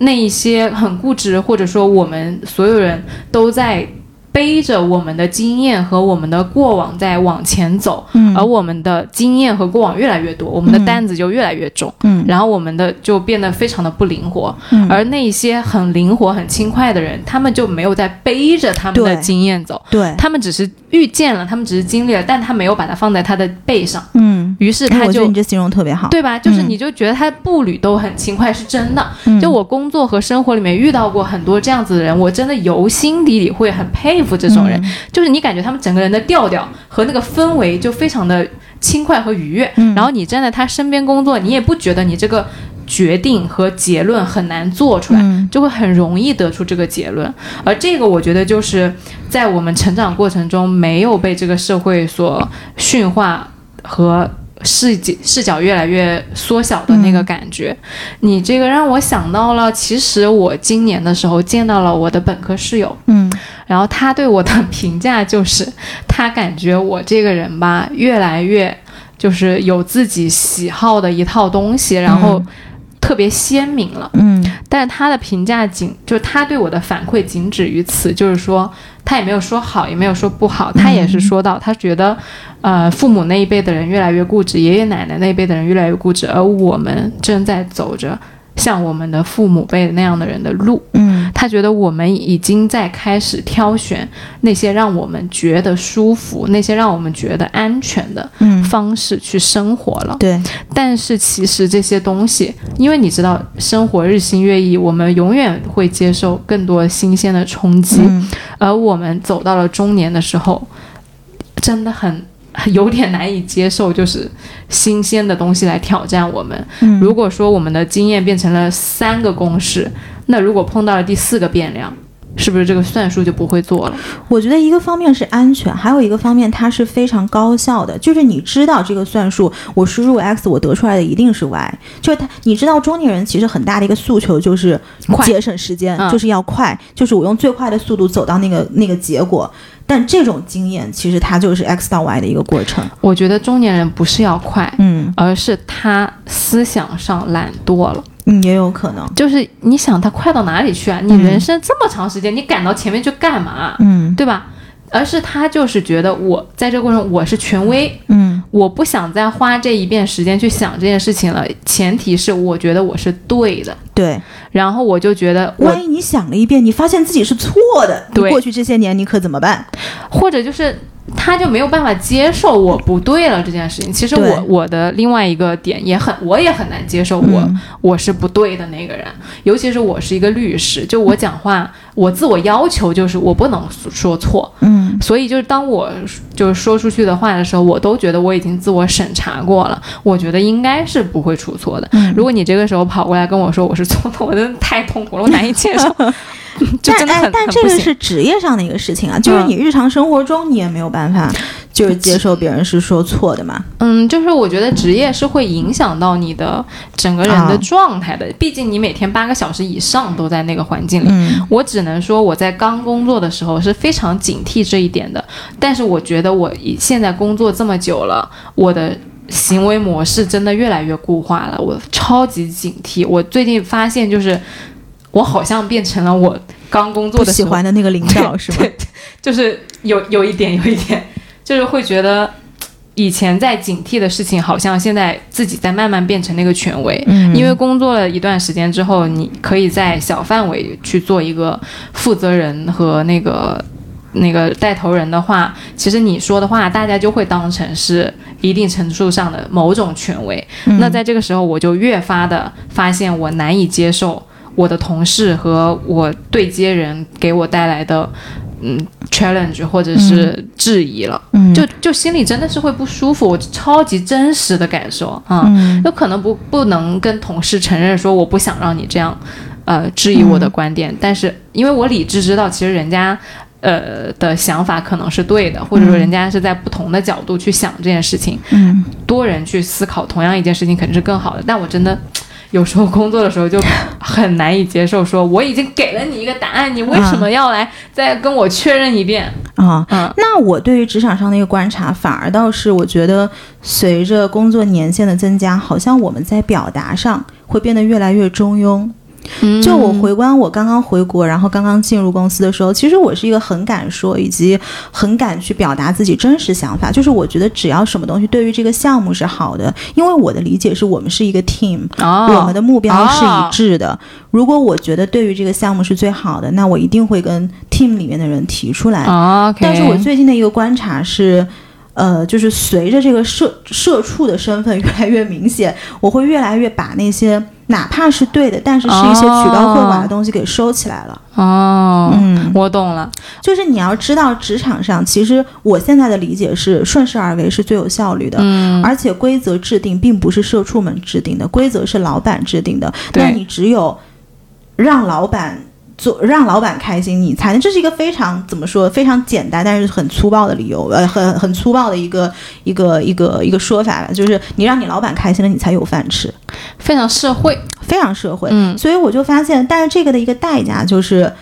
[SPEAKER 1] 那一些很固执，或者说我们所有人都在背着我们的经验和我们的过往在往前走，
[SPEAKER 2] 嗯
[SPEAKER 1] 而我们的经验和过往越来越多，我们的担子就越来越重，
[SPEAKER 2] 嗯
[SPEAKER 1] 然后我们的就变得非常的不灵活。
[SPEAKER 2] 嗯
[SPEAKER 1] 而那一些很灵活、很轻快的人，他们就没有在背着他们的
[SPEAKER 2] 对
[SPEAKER 1] 经验走，
[SPEAKER 2] 对，
[SPEAKER 1] 他们只是遇见了，他们只是经历了，但他没有把它放在他的背上。
[SPEAKER 2] 嗯，
[SPEAKER 1] 于是
[SPEAKER 2] 哎
[SPEAKER 1] 他
[SPEAKER 2] 我觉
[SPEAKER 1] 就
[SPEAKER 2] 得你这形容特别好。
[SPEAKER 1] 对吧？就是
[SPEAKER 2] 嗯
[SPEAKER 1] 你就觉得他步履都很轻快，是真的。
[SPEAKER 2] 嗯
[SPEAKER 1] 就我工作和生活里面遇到过很多这样子的人，我真的由心底里会很佩服这种人。
[SPEAKER 2] 嗯
[SPEAKER 1] 就是你感觉他们整个人的调调和那个氛围就非常的轻快和愉悦，
[SPEAKER 2] 嗯
[SPEAKER 1] 然后你站在他身边工作，你也不觉得你这个决定和结论很难做出来。
[SPEAKER 2] 嗯
[SPEAKER 1] 就会很容易得出这个结论，而这个我觉得就是在我们成长过程中没有被这个社会所驯化和视角视角越来越缩小的那
[SPEAKER 2] 嗯
[SPEAKER 1] 个感觉。你这个让我想到了，其实我今年的时候见到了我的本科室友，
[SPEAKER 2] 嗯
[SPEAKER 1] 然后他对我的评价就是，他感觉我这个人吧，越来越就是有自己喜好的一套东西，然后特别鲜明了。
[SPEAKER 2] 嗯
[SPEAKER 1] 但是他的评价仅就是他对我的反馈仅止于此，就是说他也没有说好，也没有说不好，他也是说到他觉得，呃，父母那一辈的人越来越固执，爷爷奶奶那一辈的人越来越固执，而我们正在走着像我们的父母辈那样的人的路。
[SPEAKER 2] 嗯
[SPEAKER 1] 他觉得我们已经在开始挑选那些让我们觉得舒服、那些让我们觉得安全的
[SPEAKER 2] 嗯，
[SPEAKER 1] 方式去生活了。
[SPEAKER 2] 对，
[SPEAKER 1] 但是其实这些东西，因为你知道，生活日新月异，我们永远会接受更多新鲜的冲击。
[SPEAKER 2] 嗯，
[SPEAKER 1] 而我们走到了中年的时候，真的很有点难以接受，就是新鲜的东西来挑战我们。
[SPEAKER 2] 嗯
[SPEAKER 1] 如果说我们的经验变成了三个公式，那如果碰到了第四个变量，是不是这个算术就不会做了？
[SPEAKER 2] 我觉得一个方面是安全，还有一个方面它是非常高效的，就是你知道这个算术，我输入 x，我得出来的一定是 y，就是他，你知道中年人其实很大的一个诉求就是
[SPEAKER 1] 快
[SPEAKER 2] 节省时间，
[SPEAKER 1] 嗯
[SPEAKER 2] 就是要快，就是我用最快的速度走到那个那个结果。但这种经验其实它就是 x 到 y 的一个过程。
[SPEAKER 1] 我觉得中年人不是要快，
[SPEAKER 2] 嗯
[SPEAKER 1] 而是他思想上懒惰了。
[SPEAKER 2] 嗯，也有可能。
[SPEAKER 1] 就是你想他快到哪里去啊？你人生这么长时间，你赶到前面去干嘛？
[SPEAKER 2] 嗯
[SPEAKER 1] 对吧？而是他就是觉得我在这个过程中我是权威，
[SPEAKER 2] 嗯
[SPEAKER 1] 我不想再花这一遍时间去想这件事情了。前提是我觉得我是对的，
[SPEAKER 2] 对。
[SPEAKER 1] 然后我就觉得我
[SPEAKER 2] 万一你想了一遍，你发现自己是错的，你
[SPEAKER 1] 对
[SPEAKER 2] 过去这些年你可怎么办？
[SPEAKER 1] 或者就是他就没有办法接受我不对了这件事情。其实
[SPEAKER 2] 对
[SPEAKER 1] 我我的另外一个点也很，我也很难接受
[SPEAKER 2] 嗯
[SPEAKER 1] 我、我是不对的那个人，尤其是我是一个律师，就我讲话，我自我要求就是我不能说错，
[SPEAKER 2] 嗯
[SPEAKER 1] 所以就是当我就是说出去的话的时候，我都觉得我已经自我审查过了，我觉得应该是不会出错的。
[SPEAKER 2] 嗯
[SPEAKER 1] 如果你这个时候跑过来跟我说我是错的，我真的太痛苦了，我难以
[SPEAKER 2] [laughs]
[SPEAKER 1] 接受， [laughs] 就真
[SPEAKER 2] 但
[SPEAKER 1] 的
[SPEAKER 2] 哎
[SPEAKER 1] 很，
[SPEAKER 2] 但
[SPEAKER 1] 很
[SPEAKER 2] 这
[SPEAKER 1] 不
[SPEAKER 2] 个
[SPEAKER 1] 行。嗯
[SPEAKER 2] 是职业上的一个事情啊，就是你日常生活中你也没有办法，就是接受别人是说错的嘛。
[SPEAKER 1] 嗯，就是我觉得职业是会影响到你的整个人
[SPEAKER 2] 啊
[SPEAKER 1] 的状态的，毕竟你每天八个小时以上都在那个环境里。
[SPEAKER 2] 嗯
[SPEAKER 1] 我只能说我在刚工作的时候是非常警惕这一点的，但是我觉得我以现在工作这么久了，我的。行为模式真的越来越固化了，我超级警惕。我最近发现，就是我好像变成了我刚工
[SPEAKER 2] 不
[SPEAKER 1] 作的
[SPEAKER 2] 喜
[SPEAKER 1] 时候，
[SPEAKER 2] 欢的那个领导是吗？
[SPEAKER 1] 就是有有一点，有一点，就是会觉得以前在警惕的事情，好像现在自己在慢慢变成那个权威。
[SPEAKER 2] 嗯
[SPEAKER 1] 因为工作了一段时间之后，你可以在小范围去做一个负责人和那个那个带头人的话，其实你说的话，大家就会当成是一定程度上的某种权威。那在这个时候，我就越发的发现我难以接受我的同事和我对接人给我带来的嗯 challenge 或者是质疑了，
[SPEAKER 2] 嗯
[SPEAKER 1] 就就心里真的是会不舒服，我超级真实的感受啊。
[SPEAKER 2] 嗯
[SPEAKER 1] 有可能不不能跟同事承认说我不想让你这样，呃，质疑我
[SPEAKER 2] 嗯
[SPEAKER 1] 的观点，但是因为我理智知道，其实人家。呃的想法可能是对的，或者说人家是在不同的角度去想这件事情，
[SPEAKER 2] 嗯，
[SPEAKER 1] 多人去思考同样一件事情肯定是更好的。但我真的有时候工作的时候就很难以接受，说我已经给了你一个答案，你为
[SPEAKER 2] 嗯
[SPEAKER 1] 什么要来再跟我确认一遍？
[SPEAKER 2] 啊。
[SPEAKER 1] 嗯，
[SPEAKER 2] 那我对于职场上的一个观察，反而倒是我觉得，随着工作年限的增加，好像我们在表达上会变得越来越中庸。就我
[SPEAKER 1] 嗯
[SPEAKER 2] 回观我刚刚回国，然后刚刚进入公司的时候，其实我是一个很敢说，以及很敢去表达自己真实想法。就是我觉得只要什么东西对于这个项目是好的，因为我的理解是我们是一个 team，
[SPEAKER 1] 哦，
[SPEAKER 2] 我们的目标是
[SPEAKER 1] 哦
[SPEAKER 2] 一致的。如果我觉得对于这个项目是最好的，那我一定会跟 team 里面的人提出来。
[SPEAKER 1] 哦，OK，
[SPEAKER 2] 但是我最近的一个观察是，呃，就是随着这个社社畜的身份越来越明显，我会越来越把那些哪怕是对的，但是是一些
[SPEAKER 1] 哦
[SPEAKER 2] 曲高和寡的东西给收起来了。
[SPEAKER 1] 哦，
[SPEAKER 2] 嗯，
[SPEAKER 1] 我懂了。
[SPEAKER 2] 就是你要知道，职场上其实我现在的理解是顺势而为是最有效率的。
[SPEAKER 1] 嗯，
[SPEAKER 2] 而且规则制定并不是社畜们制定的，规则是老板制定的。
[SPEAKER 1] 对
[SPEAKER 2] 那你只有让老板做，让老板开心，你才能。这是一个非常怎么说，非常简单，但是很粗暴的理由，呃，很很粗暴的一个一个一个一个说法吧，就是你让你老板开心了，你才有饭吃，
[SPEAKER 1] 非常社会。
[SPEAKER 2] 非常社会。
[SPEAKER 1] 嗯
[SPEAKER 2] 所以我就发现，但是这个的一个代价就是。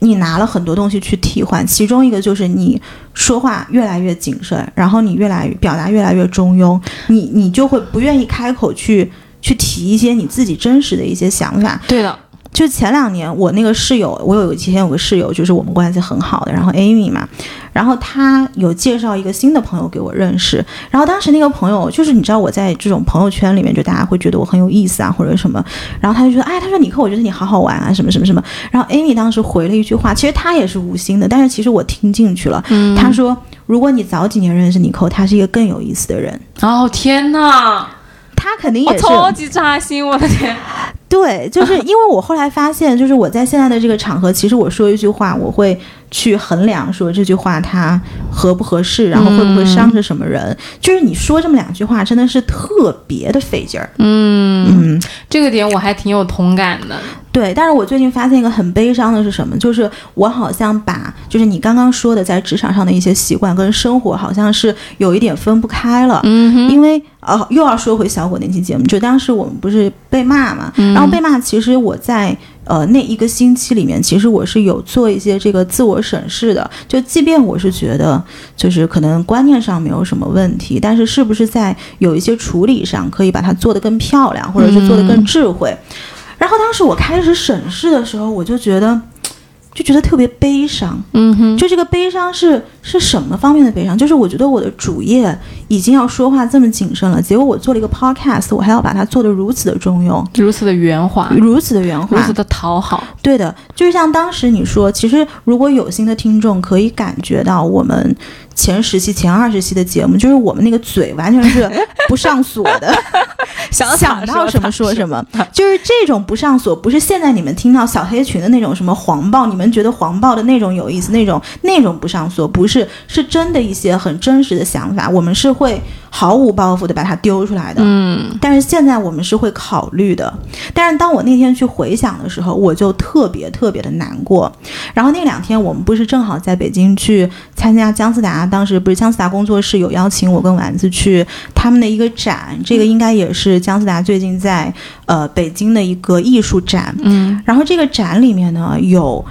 [SPEAKER 2] 你拿了很多东西去替换，其中一个就是你说话越来越谨慎，然后你越来越表达越来越中庸，你你就会不愿意开口去去提一些你自己真实的一些想法。
[SPEAKER 1] 对的，
[SPEAKER 2] 就前两年，我那个室友，我有以前有个室友，就是我们关系很好的，然后 Amy 嘛，然后她有介绍一个新的朋友给我认识，然后当时那个朋友，就是你知道我在这种朋友圈里面，就大家会觉得我很有意思啊，或者什么，然后他就觉得，哎，他说你克，我觉得你好好玩啊，什么什么什么，然后 Amy 当时回了一句话，其实她也是无心的，但是其实我听进去了，
[SPEAKER 1] 嗯，
[SPEAKER 2] 她说，如果你早几年认识尼寇，他是一个更有意思的人，
[SPEAKER 1] 哦天哪，
[SPEAKER 2] 他肯定
[SPEAKER 1] 我
[SPEAKER 2] 也是、
[SPEAKER 1] 哦超级扎心，我的天，
[SPEAKER 2] 对，就是因为我后来发现，就是我在现在的这个场合，其实我说一句话，我会去衡量说这句话它合不合适，然后会不会伤着什么人。就是你说这么两句话，真的是特别的费劲儿。嗯嗯，
[SPEAKER 1] 这个点我还挺有同感的，
[SPEAKER 2] 对。但是我最近发现一个很悲伤的是什么？就是我好像把就是你刚刚说的在职场上的一些习惯跟生活，好像是有一点分不开了。
[SPEAKER 1] 嗯哼，
[SPEAKER 2] 因为呃，又要说回小果那期节目，就当时我们不是被骂嘛，
[SPEAKER 1] 嗯
[SPEAKER 2] 然后被骂，其实我在呃那一个星期里面，其实我是有做一些这个自我审视的。就即便我是觉得就是可能观念上没有什么问题，但是是不是在有一些处理上可以把它做得更漂亮，或者是做得更智慧？
[SPEAKER 1] 嗯
[SPEAKER 2] 然后当时我开始审视的时候，我就觉得就觉得特别悲伤。
[SPEAKER 1] 嗯哼，
[SPEAKER 2] 就这个悲伤是是什么方面的悲伤？就是我觉得我的主业已经要说话这么谨慎了，结果我做了一个 podcast，我还要把它做得如此的中庸，
[SPEAKER 1] 如此的圆滑，
[SPEAKER 2] 如此的圆
[SPEAKER 1] 啊如此
[SPEAKER 2] 滑。
[SPEAKER 1] 的讨好，
[SPEAKER 2] 对的，就是像当时你说，其实如果有心的听众可以感觉到我们前十期、前二十期的节目，就是我们那个嘴完全是不上锁的。
[SPEAKER 1] 想
[SPEAKER 2] [laughs] 想到什么说什么，就是这种不上锁，不是现在你们听到小黑裙的那种什么黄暴，你们觉得黄暴的那种有意思，那种那种不上锁，不是是真的一些很真实的想法，我们是会毫无包袱的把它丢出来的。
[SPEAKER 1] 嗯，
[SPEAKER 2] 但是现在我们是会考虑的，但是当我那天去回想的时候，我就特别特别的难过。然后那两天我们不是正好在北京去参加姜思达，当时不是姜思达工作室有邀请我跟丸子去他们的一个展，这个应该也是姜思达最近在呃北京的一个艺术展。
[SPEAKER 1] 嗯，
[SPEAKER 2] 然后这个展里面呢有。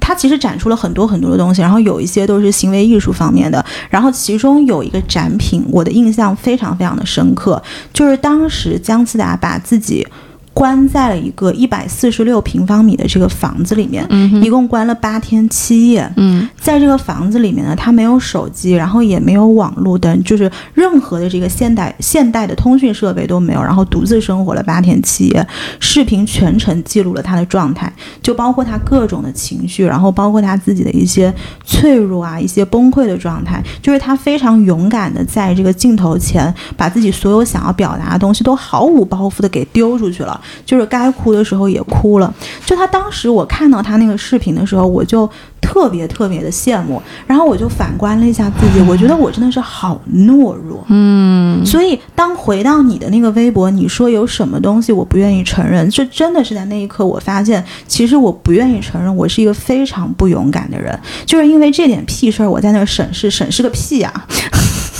[SPEAKER 2] 它其实展出了很多很多的东西，然后有一些都是行为艺术方面的，然后其中有一个展品，我的印象非常非常的深刻，就是当时姜思达把自己关在了一个一百四十六平方米的这个房子里面，
[SPEAKER 1] 嗯哼，
[SPEAKER 2] 一共关了八天七夜。
[SPEAKER 1] 嗯
[SPEAKER 2] 在这个房子里面呢，他没有手机，然后也没有网络等，就是任何的这个现代现代的通讯设备都没有，然后独自生活了八天七夜，视频全程记录了他的状态，就包括他各种的情绪，然后包括他自己的一些脆弱啊，一些崩溃的状态，就是他非常勇敢的在这个镜头前，把自己所有想要表达的东西都毫无包袱的给丢出去了，就是该哭的时候也哭了。就他当时我看到他那个视频的时候，我就特别特别的羡慕，然后我就反观了一下自己，我觉得我真的是好懦弱。
[SPEAKER 1] 嗯，
[SPEAKER 2] 所以当回到你的那个微博，你说有什么东西我不愿意承认，这真的是在那一刻我发现，其实我不愿意承认我是一个非常不勇敢的人，就是因为这点屁事儿，我在那儿审视审视个屁呀、 [laughs]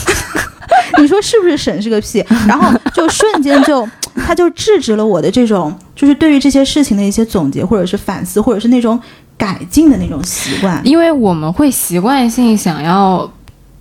[SPEAKER 2] 你说是不是审视个屁？然后就瞬间就，他就制止了我的这种，就是对于这些事情的一些总结，或者是反思，或者是那种改进的那种习惯。
[SPEAKER 1] 因为我们会习惯性想要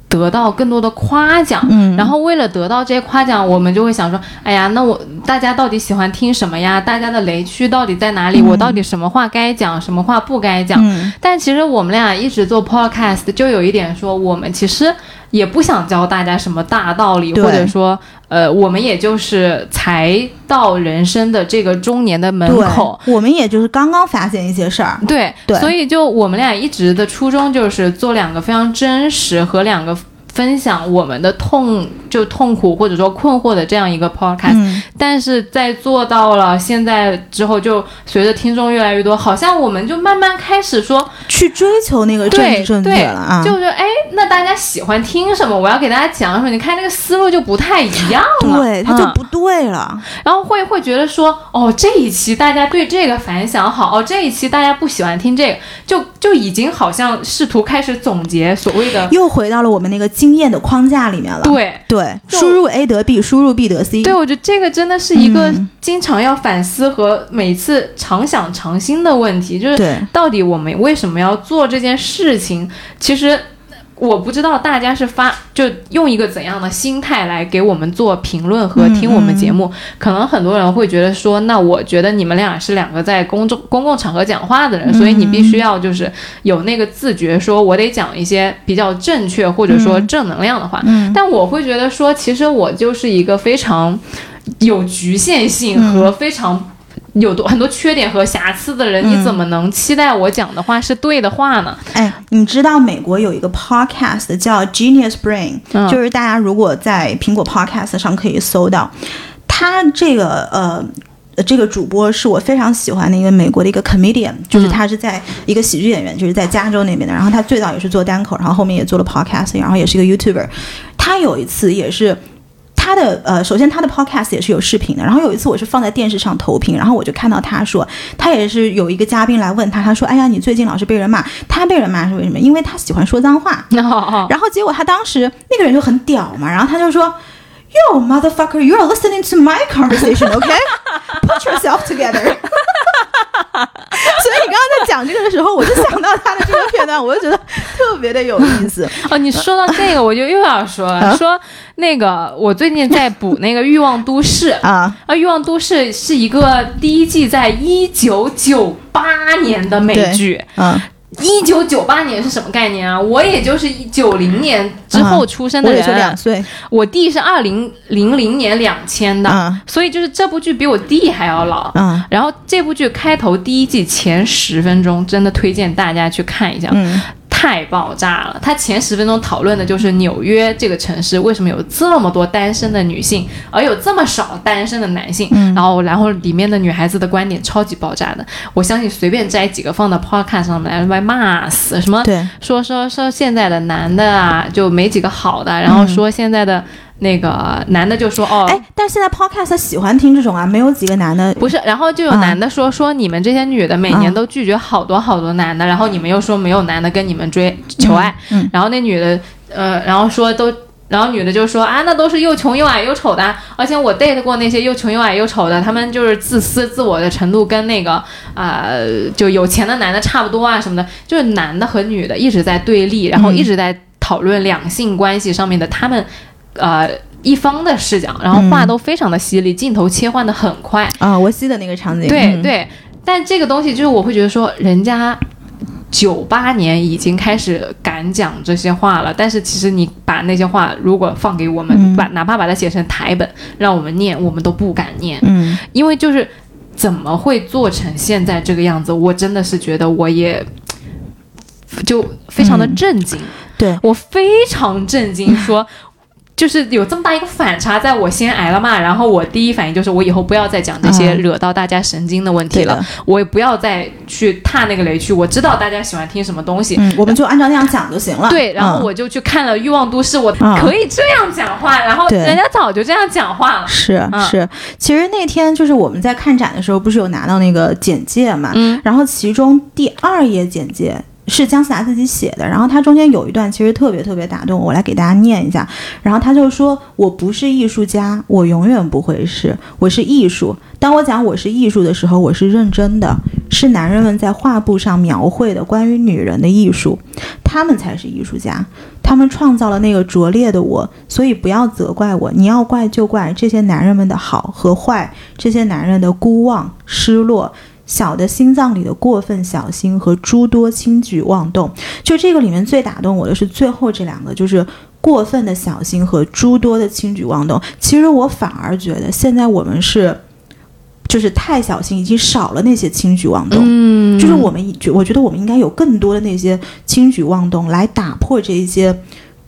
[SPEAKER 1] 得到更多的夸奖，
[SPEAKER 2] 嗯
[SPEAKER 1] 然后为了得到这些夸奖，我们就会想说，哎呀，那我大家到底喜欢听什么呀？大家的雷区到底在哪里？我到底什么话该讲，什么话不该讲？
[SPEAKER 2] 嗯，
[SPEAKER 1] 但其实我们俩一直做 podcast，就有一点说，我们其实也不想教大家什么大道理，
[SPEAKER 2] 对
[SPEAKER 1] 或者说，呃，我们也就是才到人生的这个中年的门
[SPEAKER 2] 对
[SPEAKER 1] 口，，
[SPEAKER 2] 我们也就是刚刚发现一些事儿。
[SPEAKER 1] 对，
[SPEAKER 2] 对
[SPEAKER 1] 所以就我们俩一直的初衷就是做两个非常真实和两个分享我们的痛就痛苦或者说困惑的这样一个 podcast，、
[SPEAKER 2] 嗯，
[SPEAKER 1] 但是在做到了现在之后，就随着听众越来越多，好像我们就慢慢开始说，
[SPEAKER 2] 去追求那个政
[SPEAKER 1] 对
[SPEAKER 2] 治呃正确
[SPEAKER 1] 对
[SPEAKER 2] 了啊！
[SPEAKER 1] 就是哎，那大家喜欢听什么？我要给大家讲什么？你看这个思路就不太一样了，
[SPEAKER 2] 对，他就
[SPEAKER 1] 嗯
[SPEAKER 2] 不对了。
[SPEAKER 1] 然后会会觉得说，哦，这一期大家对这个反响好，哦，这一期大家不喜欢听这个，就就已经好像试图开始总结所谓的
[SPEAKER 2] 又回到了我们那个经验的框架里面了。
[SPEAKER 1] 嗯对。
[SPEAKER 2] 对，
[SPEAKER 1] 就
[SPEAKER 2] 输入 A 得 B，输入 B 得 C。
[SPEAKER 1] 对，我觉得这个真的是一个
[SPEAKER 2] 嗯
[SPEAKER 1] 经常要反思和每次常想常新的问题，就是
[SPEAKER 2] 对
[SPEAKER 1] 到底我们为什么要做这件事情？其实我不知道大家是发就用一个怎样的心态来给我们做评论和
[SPEAKER 2] 嗯
[SPEAKER 1] 听我们
[SPEAKER 2] 嗯
[SPEAKER 1] 节目，可能很多人会觉得说，那我觉得你们俩是两个在公众公共场合讲话的人，所以你必
[SPEAKER 2] 嗯
[SPEAKER 1] 须要就是有那个自觉，说我得讲一些比较正确或者说正能量的话。
[SPEAKER 2] 嗯
[SPEAKER 1] 但我会觉得说，其实我就是一个非常有局限性和
[SPEAKER 2] 嗯
[SPEAKER 1] 非常。有多很多缺点和瑕疵的人，你怎么能期待我讲的话是对的话呢？ [laughs]
[SPEAKER 2] 哎，你知道美国有一个 podcast 叫 Genius Brain，、
[SPEAKER 1] 嗯
[SPEAKER 2] 就是大家如果在苹果 podcast 上可以搜到，他这个呃。呃这个主播是我非常喜欢的一个美国的一个 comedian，就是他是在一个喜剧演员，就是在加州那边的。然后他最早也是做单口，然后后面也做了 podcast，然后也是一个 YouTuber。他有一次也是他的呃，首先他的 podcast 也是有视频的。然后有一次我是放在电视上投屏，然后我就看到他说，他也是有一个嘉宾来问他，他说：“哎呀，你最近老是被人骂，他被人骂是为什么？因为他喜欢说脏话。
[SPEAKER 1] 哦哦”，
[SPEAKER 2] 然后结果他当时那个人就很屌嘛，然后他就说。Yo, motherfucker, you are listening to my conversation, okay? Put yourself together. [laughs] 所以你刚刚在讲这个的时候，我就想到他的这个片段，我就觉得特别的有意思。 [laughs]
[SPEAKER 1] 哦，你说到这个，我就又要说
[SPEAKER 2] 嗯
[SPEAKER 1] 了，说那个我最近在补那个《欲望都市》
[SPEAKER 2] [laughs] 啊，
[SPEAKER 1] 啊，《欲望都市》是一个第一季在一九九八年的美剧。
[SPEAKER 2] 嗯，
[SPEAKER 1] 一九九八年是什么概念啊？我也就是九零年之后出生
[SPEAKER 2] 啊嗯我
[SPEAKER 1] 的
[SPEAKER 2] 也
[SPEAKER 1] 人，
[SPEAKER 2] 就两岁
[SPEAKER 1] 我弟是二零零零年两千的，
[SPEAKER 2] 嗯
[SPEAKER 1] 所以就是这部剧比我弟还要老。
[SPEAKER 2] 嗯
[SPEAKER 1] 然后这部剧开头第一季前十分钟，真的推荐大家去看一下，
[SPEAKER 2] 嗯
[SPEAKER 1] 太爆炸了！它前十分钟讨论的就是纽约这个城市为什么有这么多单身的女性，而有这么少单身的男性。
[SPEAKER 2] 嗯
[SPEAKER 1] 然后，然后里面的女孩子的观点超级爆炸的，我相信随便摘几个放到 Podcast 上面来，被骂死。什么
[SPEAKER 2] 对
[SPEAKER 1] 说说说现在的男的啊，就没几个好的，然后说现在的那个男的就说哦，
[SPEAKER 2] 哎，但是现在 podcast 他喜欢听这种啊，没有几个男的
[SPEAKER 1] 不是，然后就有
[SPEAKER 2] 啊
[SPEAKER 1] 男的说、说你们这些女的每年
[SPEAKER 2] 嗯
[SPEAKER 1] 都拒绝好多好多男的，然后你们又说没有男的跟你们追求爱，
[SPEAKER 2] 嗯
[SPEAKER 1] 然后那女的呃，然后说都。然后女的就说啊，那都是又穷又矮又丑的，而且我 date 过那些又穷又矮又丑的，他们就是自私自我的程度跟那个啊、呃就有钱的男的差不多啊什么的，就是男的和女的一直在对立，然后
[SPEAKER 2] 嗯
[SPEAKER 1] 一直在讨论两性关系上面的他们呃一方的视角，然后
[SPEAKER 2] 嗯
[SPEAKER 1] 话都非常的犀利，镜头切换的很快，
[SPEAKER 2] 啊，我记得那个场景，
[SPEAKER 1] 对
[SPEAKER 2] 嗯，
[SPEAKER 1] 对，但这个东西就是我会觉得说，人家九八年已经开始敢讲这些话了，但是其实你把那些话如果放给我们，把哪怕把它写成台本让我们念，我们都不敢念，
[SPEAKER 2] 嗯
[SPEAKER 1] 因为就是怎么会做成现在这个样子？我真的是觉得我也。就非常的震惊，
[SPEAKER 2] 对，
[SPEAKER 1] 我非常震惊
[SPEAKER 2] [laughs]
[SPEAKER 1] 说。就是有这么大一个反差，在我先挨了骂，然后我第一反应就是我以后不要再讲这些
[SPEAKER 2] 嗯
[SPEAKER 1] 惹到大家神经的问题
[SPEAKER 2] 对
[SPEAKER 1] 了，
[SPEAKER 2] 的，
[SPEAKER 1] 我也不要再去踏那个雷区。我知道大家喜欢听什么东西，
[SPEAKER 2] 嗯，我们就按照那样讲就行了。
[SPEAKER 1] 对，然后
[SPEAKER 2] 嗯
[SPEAKER 1] 我就去看了《欲望都市》，我
[SPEAKER 2] 嗯
[SPEAKER 1] 可以这样讲话，然后
[SPEAKER 2] 对
[SPEAKER 1] 人家早就这样讲话了。
[SPEAKER 2] 是
[SPEAKER 1] 嗯
[SPEAKER 2] 是，其实那天就是我们在看展的时候，不是有拿到那个简介嘛，
[SPEAKER 1] 嗯
[SPEAKER 2] 然后其中第二页简介。是姜思达自己写的，然后他中间有一段其实特别特别打动我，我来给大家念一下。然后他就说：“我不是艺术家，我永远不会是，我是艺术。当我讲我是艺术的时候，我是认真的，是男人们在画布上描绘的关于女人的艺术，他们才是艺术家。他们创造了那个拙劣的我，所以不要责怪我。你要怪就怪这些男人们的好和坏，这些男人的孤望、失落、小的心脏里的过分小心和诸多轻举妄动。就这个里面最打动我的是最后这两个，就是。过分的小心和诸多的轻举妄动，其实我反而觉得现在我们是，就是太小心，已经少了那些轻举妄动。
[SPEAKER 1] 嗯
[SPEAKER 2] 就是我们觉，我觉得我们应该有更多的那些轻举妄动，来打破这一些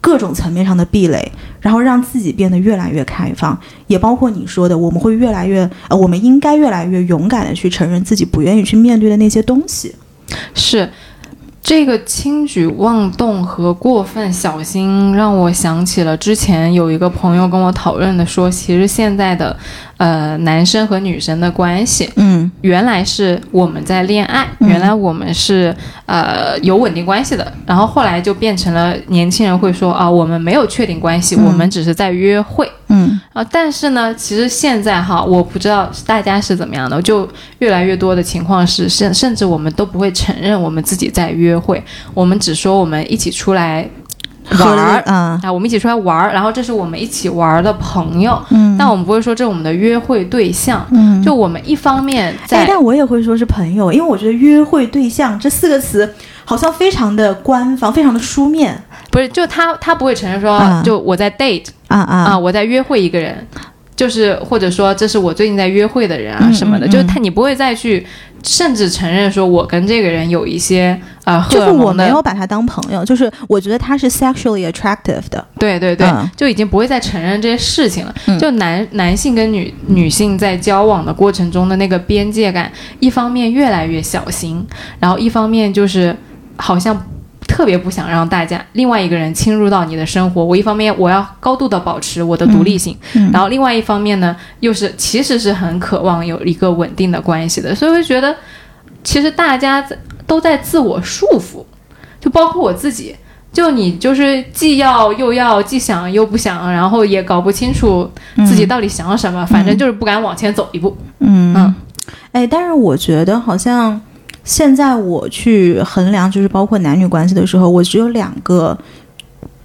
[SPEAKER 2] 各种层面上的壁垒，然后让自己变得越来越开放，也包括你说的，我们会越来越，呃，我们应该越来越勇敢的去承认自己不愿意去面对的那些东西。
[SPEAKER 1] 是这个轻举妄动和过分小心，让我想起了之前有一个朋友跟我讨论的说，其实现在的呃男生和女生的关系，
[SPEAKER 2] 嗯
[SPEAKER 1] 原来是我们在恋爱，
[SPEAKER 2] 嗯
[SPEAKER 1] 原来我们是呃有稳定关系的，然后后来就变成了年轻人会说啊、我们没有确定关系，我们只是在约会。
[SPEAKER 2] 嗯
[SPEAKER 1] 啊，但是呢，其实现在哈，我不知道大家是怎么样的，就越来越多的情况是，甚甚至我们都不会承认我们自己在约会，我们只说我们一起出来玩
[SPEAKER 2] 儿
[SPEAKER 1] 儿
[SPEAKER 2] 啊，
[SPEAKER 1] 啊，我们一起出来玩儿，然后这是我们一起玩儿的朋友，
[SPEAKER 2] 嗯
[SPEAKER 1] 但我们不会说这是我们的约会对象。
[SPEAKER 2] 嗯
[SPEAKER 1] 就我们一方面
[SPEAKER 2] 哎
[SPEAKER 1] 在，
[SPEAKER 2] 但我也会说是朋友，因为我觉得约会对象这四个词好像非常的官方，非常的书面
[SPEAKER 1] 不是，就他他不会承认说，
[SPEAKER 2] 啊
[SPEAKER 1] 就我在 date
[SPEAKER 2] 啊啊
[SPEAKER 1] 啊，我在约会一个人，就是或者说这是我最近在约会的人啊
[SPEAKER 2] 嗯
[SPEAKER 1] 什么的，
[SPEAKER 2] 嗯
[SPEAKER 1] 就是
[SPEAKER 2] 嗯
[SPEAKER 1] 他你不会再去甚至承认说我跟这个人有一些呃荷
[SPEAKER 2] 就是
[SPEAKER 1] 尔
[SPEAKER 2] 我
[SPEAKER 1] 蒙
[SPEAKER 2] 没
[SPEAKER 1] 的，
[SPEAKER 2] 有把他当朋友，就是我觉得他是 sexually attractive 的，
[SPEAKER 1] 对对对，
[SPEAKER 2] 嗯
[SPEAKER 1] 就已经不会再承认这些事情了。
[SPEAKER 2] 嗯
[SPEAKER 1] 就男男性跟女女性在交往的过程中的那个边界感，一方面越来越小心，然后一方面就是好像。特别不想让大家另外一个人侵入到你的生活，我一方面我要高度的保持我的独立性，
[SPEAKER 2] 嗯
[SPEAKER 1] 然后另外一方面呢，又是其实是很渴望有一个稳定的关系的，所以我就觉得其实大家在都在自我束缚，就包括我自己，就你就是既要又要，既想又不想，然后也搞不清楚自己到底想什么，反正就是不敢往前走一步。
[SPEAKER 2] 嗯
[SPEAKER 1] 嗯，
[SPEAKER 2] 哎，但是我觉得好像现在我去衡量，就是包括男女关系的时候，我只有两个。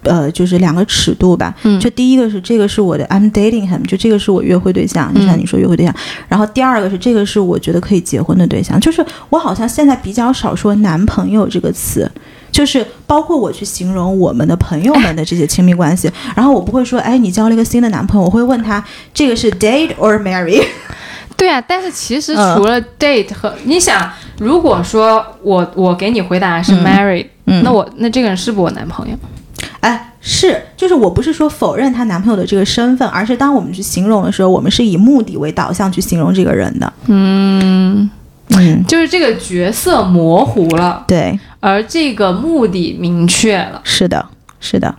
[SPEAKER 2] 呃，就是两个尺度吧。
[SPEAKER 1] 嗯
[SPEAKER 2] 就第一个是这个是我的，I'm dating him，就这个是我约会对象，就像
[SPEAKER 1] 嗯
[SPEAKER 2] 你说约会对象。然后第二个是这个是我觉得可以结婚的对象，就是我好像现在比较少说男朋友这个词，就是包括我去形容我们的朋友们的这些亲密关系，然后我不会说，哎，你交了一个新的男朋友，我会问他这个是 date or marry。
[SPEAKER 1] 对啊，但是其实
[SPEAKER 2] 嗯
[SPEAKER 1] 除了 date 和、你想，如果说我我给你回答是
[SPEAKER 2] 嗯
[SPEAKER 1] married，、
[SPEAKER 2] 嗯
[SPEAKER 1] 那我那这个人是不是我男朋友？
[SPEAKER 2] 哎，是，就是我不是说否认她男朋友的这个身份，而是当我们去形容的时候，我们是以目的为导向去形容这个人的。
[SPEAKER 1] 嗯，
[SPEAKER 2] 嗯，
[SPEAKER 1] 就是这个角色模糊了，
[SPEAKER 2] 对，
[SPEAKER 1] 而这个目的明确了。
[SPEAKER 2] 是的，是的，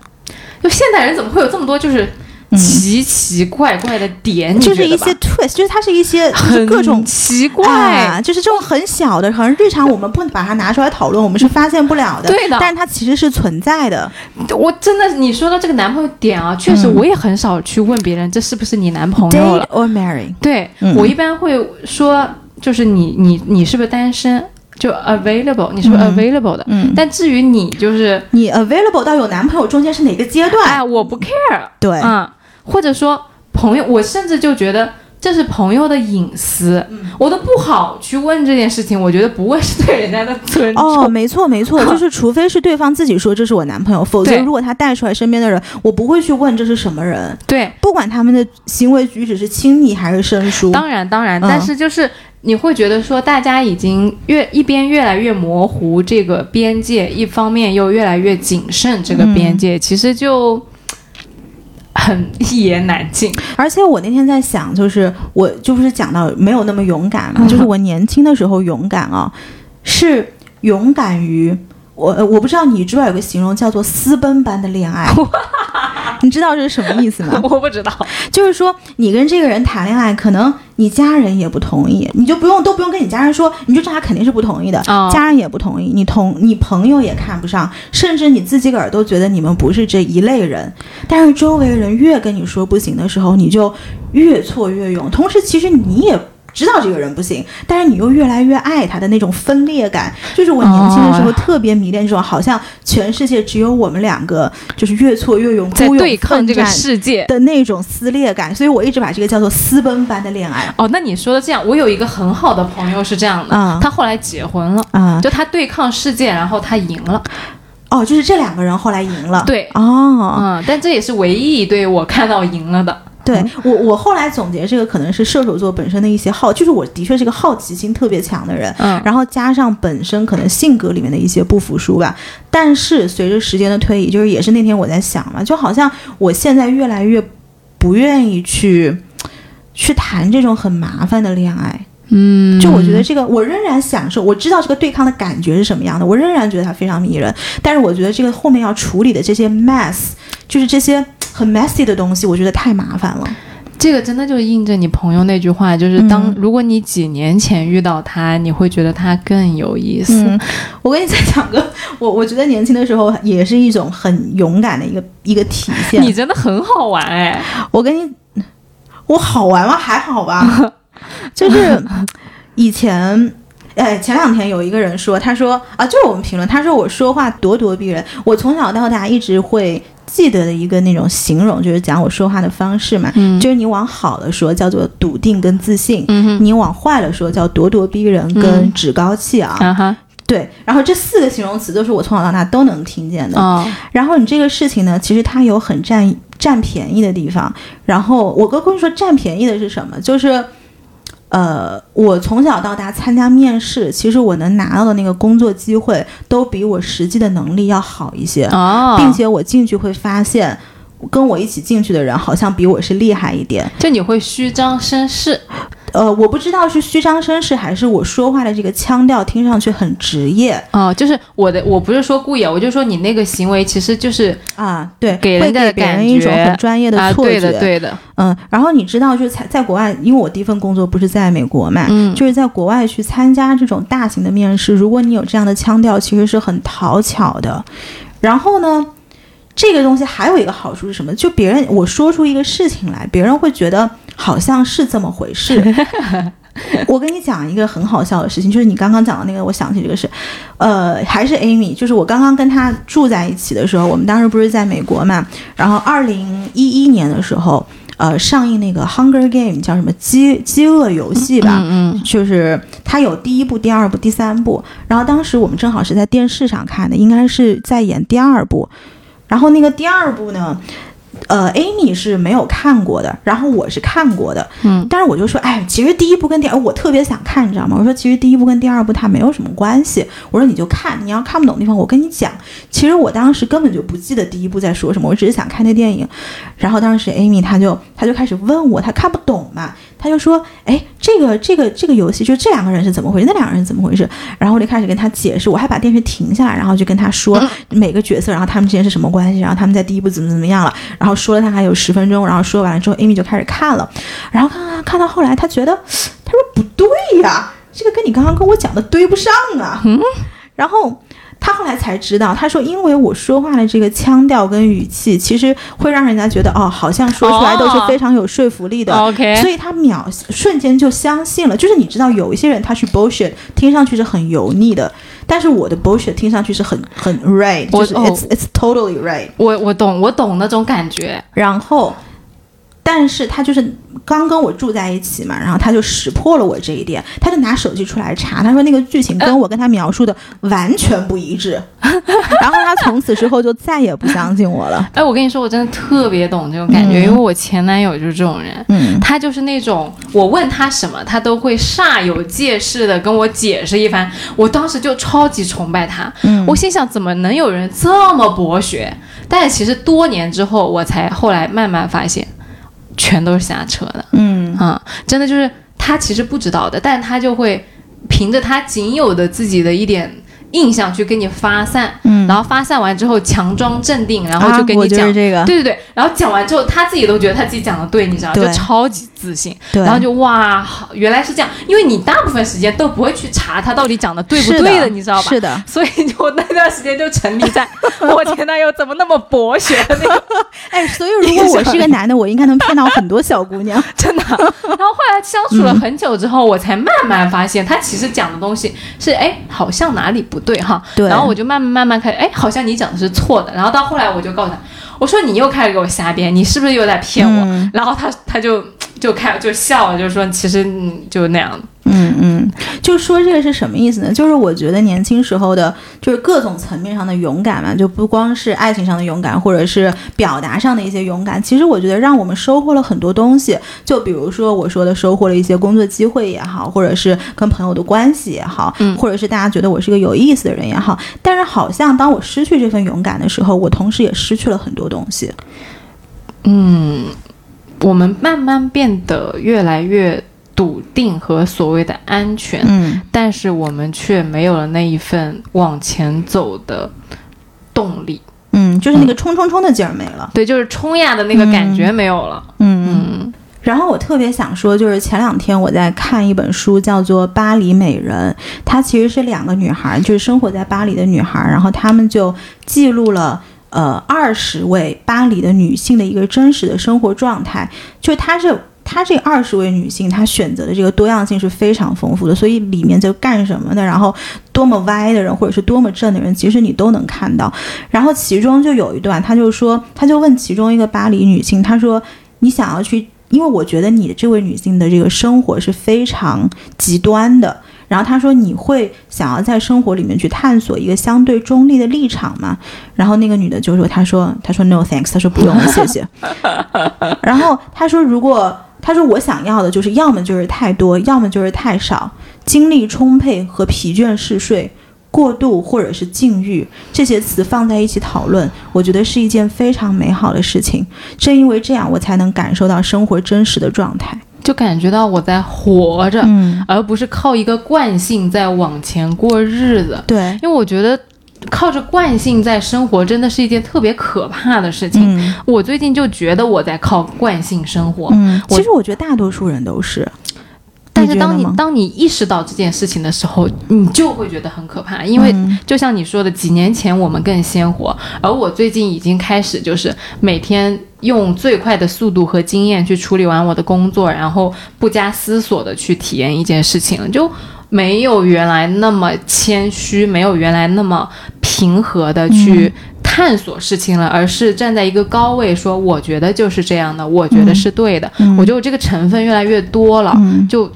[SPEAKER 1] 就现代人怎么会有这么多就是
[SPEAKER 2] 嗯
[SPEAKER 1] 奇奇怪怪的点？你
[SPEAKER 2] 就是
[SPEAKER 1] 觉得
[SPEAKER 2] 一
[SPEAKER 1] 吧
[SPEAKER 2] 些 twist，就是它是一些就是
[SPEAKER 1] 很
[SPEAKER 2] 各种。
[SPEAKER 1] 奇怪。
[SPEAKER 2] 啊，就是这种很小的，可能日常我们不把它拿出来讨论，我们是发现不了的。
[SPEAKER 1] 对的
[SPEAKER 2] 但是它其实是存在的。
[SPEAKER 1] 我真的，你说到这个男朋友点啊，确实
[SPEAKER 2] 嗯
[SPEAKER 1] 我也很少去问别人这是不是你男朋友
[SPEAKER 2] Date
[SPEAKER 1] 了。
[SPEAKER 2] or marry？
[SPEAKER 1] 对、
[SPEAKER 2] 嗯
[SPEAKER 1] 我一般会说，就是你你你是不是单身？就 available，你是不是
[SPEAKER 2] 嗯
[SPEAKER 1] available 的？
[SPEAKER 2] 嗯，
[SPEAKER 1] 但至于你就是，
[SPEAKER 2] 你 available 到有男朋友中间是哪个阶段？
[SPEAKER 1] 哎，我不 care
[SPEAKER 2] 对，
[SPEAKER 1] 啊、或者说朋友，我甚至就觉得。这是朋友的隐私，
[SPEAKER 2] 嗯
[SPEAKER 1] 我都不好去问这件事情。我觉得不问是对人家的 [laughs] 尊重。
[SPEAKER 2] 哦，没错
[SPEAKER 1] [laughs]
[SPEAKER 2] 没错，就是除非是对方自己说这是我男朋友，否则
[SPEAKER 1] 对
[SPEAKER 2] 如果他带出来身边的人，我不会去问这是什么人，
[SPEAKER 1] 对，
[SPEAKER 2] 不管他们的行为举止是亲密还是生疏。
[SPEAKER 1] 当然，当然，
[SPEAKER 2] 嗯
[SPEAKER 1] 但是就是你会觉得说，大家已经越一边越来越模糊这个边界，一方面又越来越谨慎这个边界，其实就很一言难尽。
[SPEAKER 2] 而且我那天在想，就是我就不是讲到没有那么勇敢嘛，
[SPEAKER 1] 嗯
[SPEAKER 2] 就是我年轻的时候勇敢啊，是勇敢于我，呃我不知道你知不知道有个形容叫做私奔般的
[SPEAKER 1] [laughs]
[SPEAKER 2] 恋爱，你知道这是什么意思吗？
[SPEAKER 1] 我不知道，
[SPEAKER 2] 就是说，你跟这个人谈恋爱，可能你家人也不同意，你就不用都不用跟你家人说，你就知道他肯定是不同意的，
[SPEAKER 1] 哦
[SPEAKER 2] 家人也不同意，你同你朋友也看不上，甚至你自己个儿都觉得你们不是这一类人。但是周围人越跟你说不行的时候，你就越挫越勇。同时，其实你也。知道这个人不行，但是你又越来越爱他的那种分裂感，就是我年轻的时候
[SPEAKER 1] 哦
[SPEAKER 2] 特别迷恋这种，好像全世界只有我们两个，就是越挫越勇，
[SPEAKER 1] 在
[SPEAKER 2] 孤勇
[SPEAKER 1] 对抗
[SPEAKER 2] 奋
[SPEAKER 1] 这个
[SPEAKER 2] 战
[SPEAKER 1] 世界。
[SPEAKER 2] 的那种撕裂感，所以我一直把这个叫做私奔般的恋爱
[SPEAKER 1] 哦，那你说的这样，我有一个很好的朋友是这样的，
[SPEAKER 2] 啊
[SPEAKER 1] 他后来结婚了，
[SPEAKER 2] 啊。
[SPEAKER 1] 就他对抗世界，然后他赢了。
[SPEAKER 2] 哦，就是这两个人后来赢了。
[SPEAKER 1] 对
[SPEAKER 2] 哦，
[SPEAKER 1] 嗯，但这也是唯一一对我看到赢了的。
[SPEAKER 2] 对我我后来总结这个可能是射手座本身的一些好，就是我的确是个好奇心特别强的人，
[SPEAKER 1] 嗯，
[SPEAKER 2] 然后加上本身可能性格里面的一些不服输吧。但是随着时间的推移，就是也是那天我在想嘛，就好像我现在越来越不愿意去去谈这种很麻烦的恋爱。
[SPEAKER 1] 嗯
[SPEAKER 2] 就我觉得这个，我仍然享受，我知道这个对抗的感觉是什么样的，我仍然觉得它非常迷人。但是我觉得这个后面要处理的这些 mess，就是这些很 messy 的东西，我觉得太麻烦了。
[SPEAKER 1] 这个真的就是印证你朋友那句话，就是当、
[SPEAKER 2] 嗯
[SPEAKER 1] 如果你几年前遇到他，你会觉得他更有意思。，
[SPEAKER 2] 嗯
[SPEAKER 1] [laughs]
[SPEAKER 2] 我跟你再讲个， [laughs] 我我觉得年轻的时候也是一种很勇敢的一个一个体现。
[SPEAKER 1] 你真的很好玩哎！
[SPEAKER 2] 我跟你，
[SPEAKER 1] [laughs]
[SPEAKER 2] 我好玩吗？还好吧，就是以前。呃，前两天有一个人说，他说啊，就是我们评论，他说我说话咄咄逼人，我从小到大一直会记得的一个那种形容，就是讲我说话的方式嘛，
[SPEAKER 1] 嗯
[SPEAKER 2] 就是你往好了说叫做笃定跟自信，
[SPEAKER 1] 嗯哼，
[SPEAKER 2] 你往坏了说叫咄咄逼人跟
[SPEAKER 1] 嗯
[SPEAKER 2] 趾高气昂、
[SPEAKER 1] 啊哈，
[SPEAKER 2] 对，然后这四个形容词都是我从小到大都能听见的，
[SPEAKER 1] 哦，
[SPEAKER 2] 然后你这个事情呢，其实它有很占占便宜的地方。然后我跟跟你说，占便宜的是什么？就是，呃，我从小到大参加面试，其实我能拿到的那个工作机会，都比我实际的能力要好一些，
[SPEAKER 1] 哦，
[SPEAKER 2] 并且我进去会发现。跟我一起进去的人好像比我是厉害一点，
[SPEAKER 1] 就你会虚张声势，
[SPEAKER 2] 呃，我不知道是虚张声势还是我说话的这个腔调听上去很职业
[SPEAKER 1] 哦，就是我的，我不是说故意啊，我就说你那个行为其实就是
[SPEAKER 2] 啊，对，
[SPEAKER 1] 给
[SPEAKER 2] 会
[SPEAKER 1] 人家
[SPEAKER 2] 给
[SPEAKER 1] 的
[SPEAKER 2] 别
[SPEAKER 1] 感
[SPEAKER 2] 人一种
[SPEAKER 1] 觉
[SPEAKER 2] 很专业的
[SPEAKER 1] 啊，
[SPEAKER 2] 错觉，
[SPEAKER 1] 对的，对的，
[SPEAKER 2] 嗯，然后你知道，就是在在国外，因为我第一份工作不是在美国嘛，
[SPEAKER 1] 嗯
[SPEAKER 2] 就是在国外去参加这种大型的面试，如果你有这样的腔调，其实是很讨巧的。然后呢，这个东西还有一个好处是什么？就别人我说出一个事情来，别人会觉得好像是这么回事。我跟你讲一个很好笑的事情，就是你刚刚讲的那个，我想起这个事，呃，还是 Amy，就是我刚刚跟她住在一起的时候，我们当时不是在美国嘛，然后二零一一年的时候，呃，上映那个《Hunger Game》叫什么《饥饥饿游戏》吧，
[SPEAKER 1] 嗯嗯，
[SPEAKER 2] 就是它有第一部、第二部、第三部，然后当时我们正好是在电视上看的，应该是在演第二部，然后那个第二部呢。呃，Amy 是没有看过的，然后我是看过的，
[SPEAKER 1] 嗯，
[SPEAKER 2] 但是我就说，哎，其实第一部跟第二，我特别想看，你知道吗？我说其实第一部跟第二部它没有什么关系，我说你就看，你要看不懂的地方，我跟你讲。其实我当时根本就不记得第一部在说什么，我只是想看那电影。然后当时 Amy 她就她就开始问我，她看不懂嘛，她就说，哎，这个这个这个游戏就这两个人是怎么回事，那两个人是怎么回事？然后我就开始跟她解释，我还把电视停下来，然后就跟她说每个角色，然后他们之间是什么关系，然后他们在第一部怎么怎么样了，然后说了大概有十分钟，然后说完了之后，Amy 就开始看了，然后看看看到后来，她觉得她说不对呀，这个跟你刚刚跟我讲的对不上啊，然后。她后来才知道，她说，因为我说话的这个腔调跟语气，其实会让人家觉得，哦，好像说出来都是
[SPEAKER 1] 哦
[SPEAKER 2] 非常有说服力的。
[SPEAKER 1] OK，
[SPEAKER 2] 所以他秒瞬间就相信了。就是你知道，有一些人他是 bullshit，听上去是很油腻的，但是我的 bullshit 听上去是很很 right，就
[SPEAKER 1] 我
[SPEAKER 2] 是
[SPEAKER 1] 哦
[SPEAKER 2] it's、it's totally right。
[SPEAKER 1] 我我懂，我懂那种感觉，
[SPEAKER 2] 然后，但是他就是刚跟我住在一起嘛，然后他就识破了我这一点，他就拿手机出来查，他说那个剧情跟我跟他描述的完全不
[SPEAKER 1] [laughs]
[SPEAKER 2] 一致，然后他从此之后就再也不相信我了。
[SPEAKER 1] 哎，我跟你说，我真的特别懂这种感觉，
[SPEAKER 2] 嗯
[SPEAKER 1] 因为我前男友就是这种人。
[SPEAKER 2] 嗯，
[SPEAKER 1] 他就是那种，我问他什么，他都会煞有介事的跟我解释一番。我当时就超级崇拜他，
[SPEAKER 2] 嗯
[SPEAKER 1] 我心想怎么能有人这么博学？但是其实多年之后，我才后来慢慢发现，全都是瞎扯的。
[SPEAKER 2] 嗯
[SPEAKER 1] 啊、真的就是他其实不知道的，但他就会凭着他仅有的自己的一点印象去跟你发散，
[SPEAKER 2] 嗯
[SPEAKER 1] 然后发散完之后强装镇定，然后就跟
[SPEAKER 2] 啊我
[SPEAKER 1] 你
[SPEAKER 2] 就
[SPEAKER 1] 讲。
[SPEAKER 2] 是这个，
[SPEAKER 1] 对对对，然后讲完之后，他自己都觉得他自己讲的对，你知道吗，
[SPEAKER 2] 对
[SPEAKER 1] 就超级自信，
[SPEAKER 2] 对，
[SPEAKER 1] 然后就哇，好原来是这样，因为你大部分时间都不会去查他到底讲的对不对
[SPEAKER 2] 是的
[SPEAKER 1] 你知道吧？
[SPEAKER 2] 是的，
[SPEAKER 1] 所以就我那段时间就沉迷在 [laughs] 我前男友怎么那么博
[SPEAKER 2] [laughs]
[SPEAKER 1] 学的那个， [laughs]
[SPEAKER 2] 哎，所以如果我是个男的，我应该能骗到很多小姑娘。
[SPEAKER 1] 真的。然后后来相处了很久之后，我才慢慢发现他其实讲的东西是哎，好像哪里不对哈。
[SPEAKER 2] 对
[SPEAKER 1] 然后我就慢慢慢慢开始，哎，好像你讲的是错的。然后到后来我就告诉他，我说你又开始给我瞎编，你是不是又在 [laughs] 骗我？
[SPEAKER 2] 嗯
[SPEAKER 1] 然后他他就就开就笑了，就说其实嗯就那样。
[SPEAKER 2] 嗯嗯，就说这个是什么意思呢？就是我觉得年轻时候的，就是各种层面上的勇敢嘛，就不光是爱情上的勇敢，或者是表达上的一些勇敢。其实我觉得让我们收获了很多东西，就比如说我说的，收获了一些工作机会也好，或者是跟朋友的关系也好，
[SPEAKER 1] 嗯
[SPEAKER 2] 或者是大家觉得我是个有意思的人也好。但是好像当我失去这份勇敢的时候，我同时也失去了很多东西。
[SPEAKER 1] 嗯我们慢慢变得越来越笃定和所谓的安全，
[SPEAKER 2] 嗯
[SPEAKER 1] 但是我们却没有了那一份往前走的动力。
[SPEAKER 2] 嗯，就是那个冲冲冲的劲儿没了。
[SPEAKER 1] 对，就是冲呀的那个感觉没有了。
[SPEAKER 2] 嗯
[SPEAKER 1] 嗯
[SPEAKER 2] 然后我特别想说，就是前两天我在看一本书，叫做《巴黎美人》，它其实是两个女孩，就是生活在巴黎的女孩，然后她们就记录了。呃，二十位巴黎的女性的一个真实的生活状态，就是它是她这二十位女性，她选择的这个多样性是非常丰富的，所以里面就干什么的，然后多么歪的人，或者是多么正的人，其实你都能看到。然后其中就有一段，她就说，她就问其中一个巴黎女性，她说：“你想要去？因为我觉得你的这位女性的这个生活是非常极端的。”然后她说：“你会想要在生活里面去探索一个相对中立的立场吗？”然后那个女的就说：“她说，她说 no thanks，她说不用了，谢谢。”然后她说：“如果她说我想要的就是要么就是太多，要么就是太少，精力充沛和疲倦嗜睡。”过度或者是禁欲这些词放在一起讨论，我觉得是一件非常美好的事情。正因为这样，我才能感受到生活真实的状态。
[SPEAKER 1] 就感觉到我在活着，
[SPEAKER 2] 嗯，
[SPEAKER 1] 而不是靠一个惯性在往前过日子。
[SPEAKER 2] 对，
[SPEAKER 1] 因为我觉得靠着惯性在生活，真的是一件特别可怕的事情。
[SPEAKER 2] 嗯
[SPEAKER 1] 我最近就觉得我在靠惯性生活，
[SPEAKER 2] 嗯，
[SPEAKER 1] 我
[SPEAKER 2] 其实我觉得大多数人都是。
[SPEAKER 1] 但是当
[SPEAKER 2] 你
[SPEAKER 1] 你
[SPEAKER 2] 觉得吗
[SPEAKER 1] 当你意识到这件事情的时候，你就会觉得很可怕，因为
[SPEAKER 2] 嗯
[SPEAKER 1] 就像你说的，几年前我们更鲜活，而我最近已经开始就是每天用最快的速度和经验去处理完我的工作，然后不加思索的去体验一件事情，就没有原来那么谦虚，没有原来那么平和的去探索事情了，而是站在一个高位说，我觉得就是这样的，我觉得是对的，
[SPEAKER 2] 嗯
[SPEAKER 1] 我觉得我嗯这个成分越来越多了，就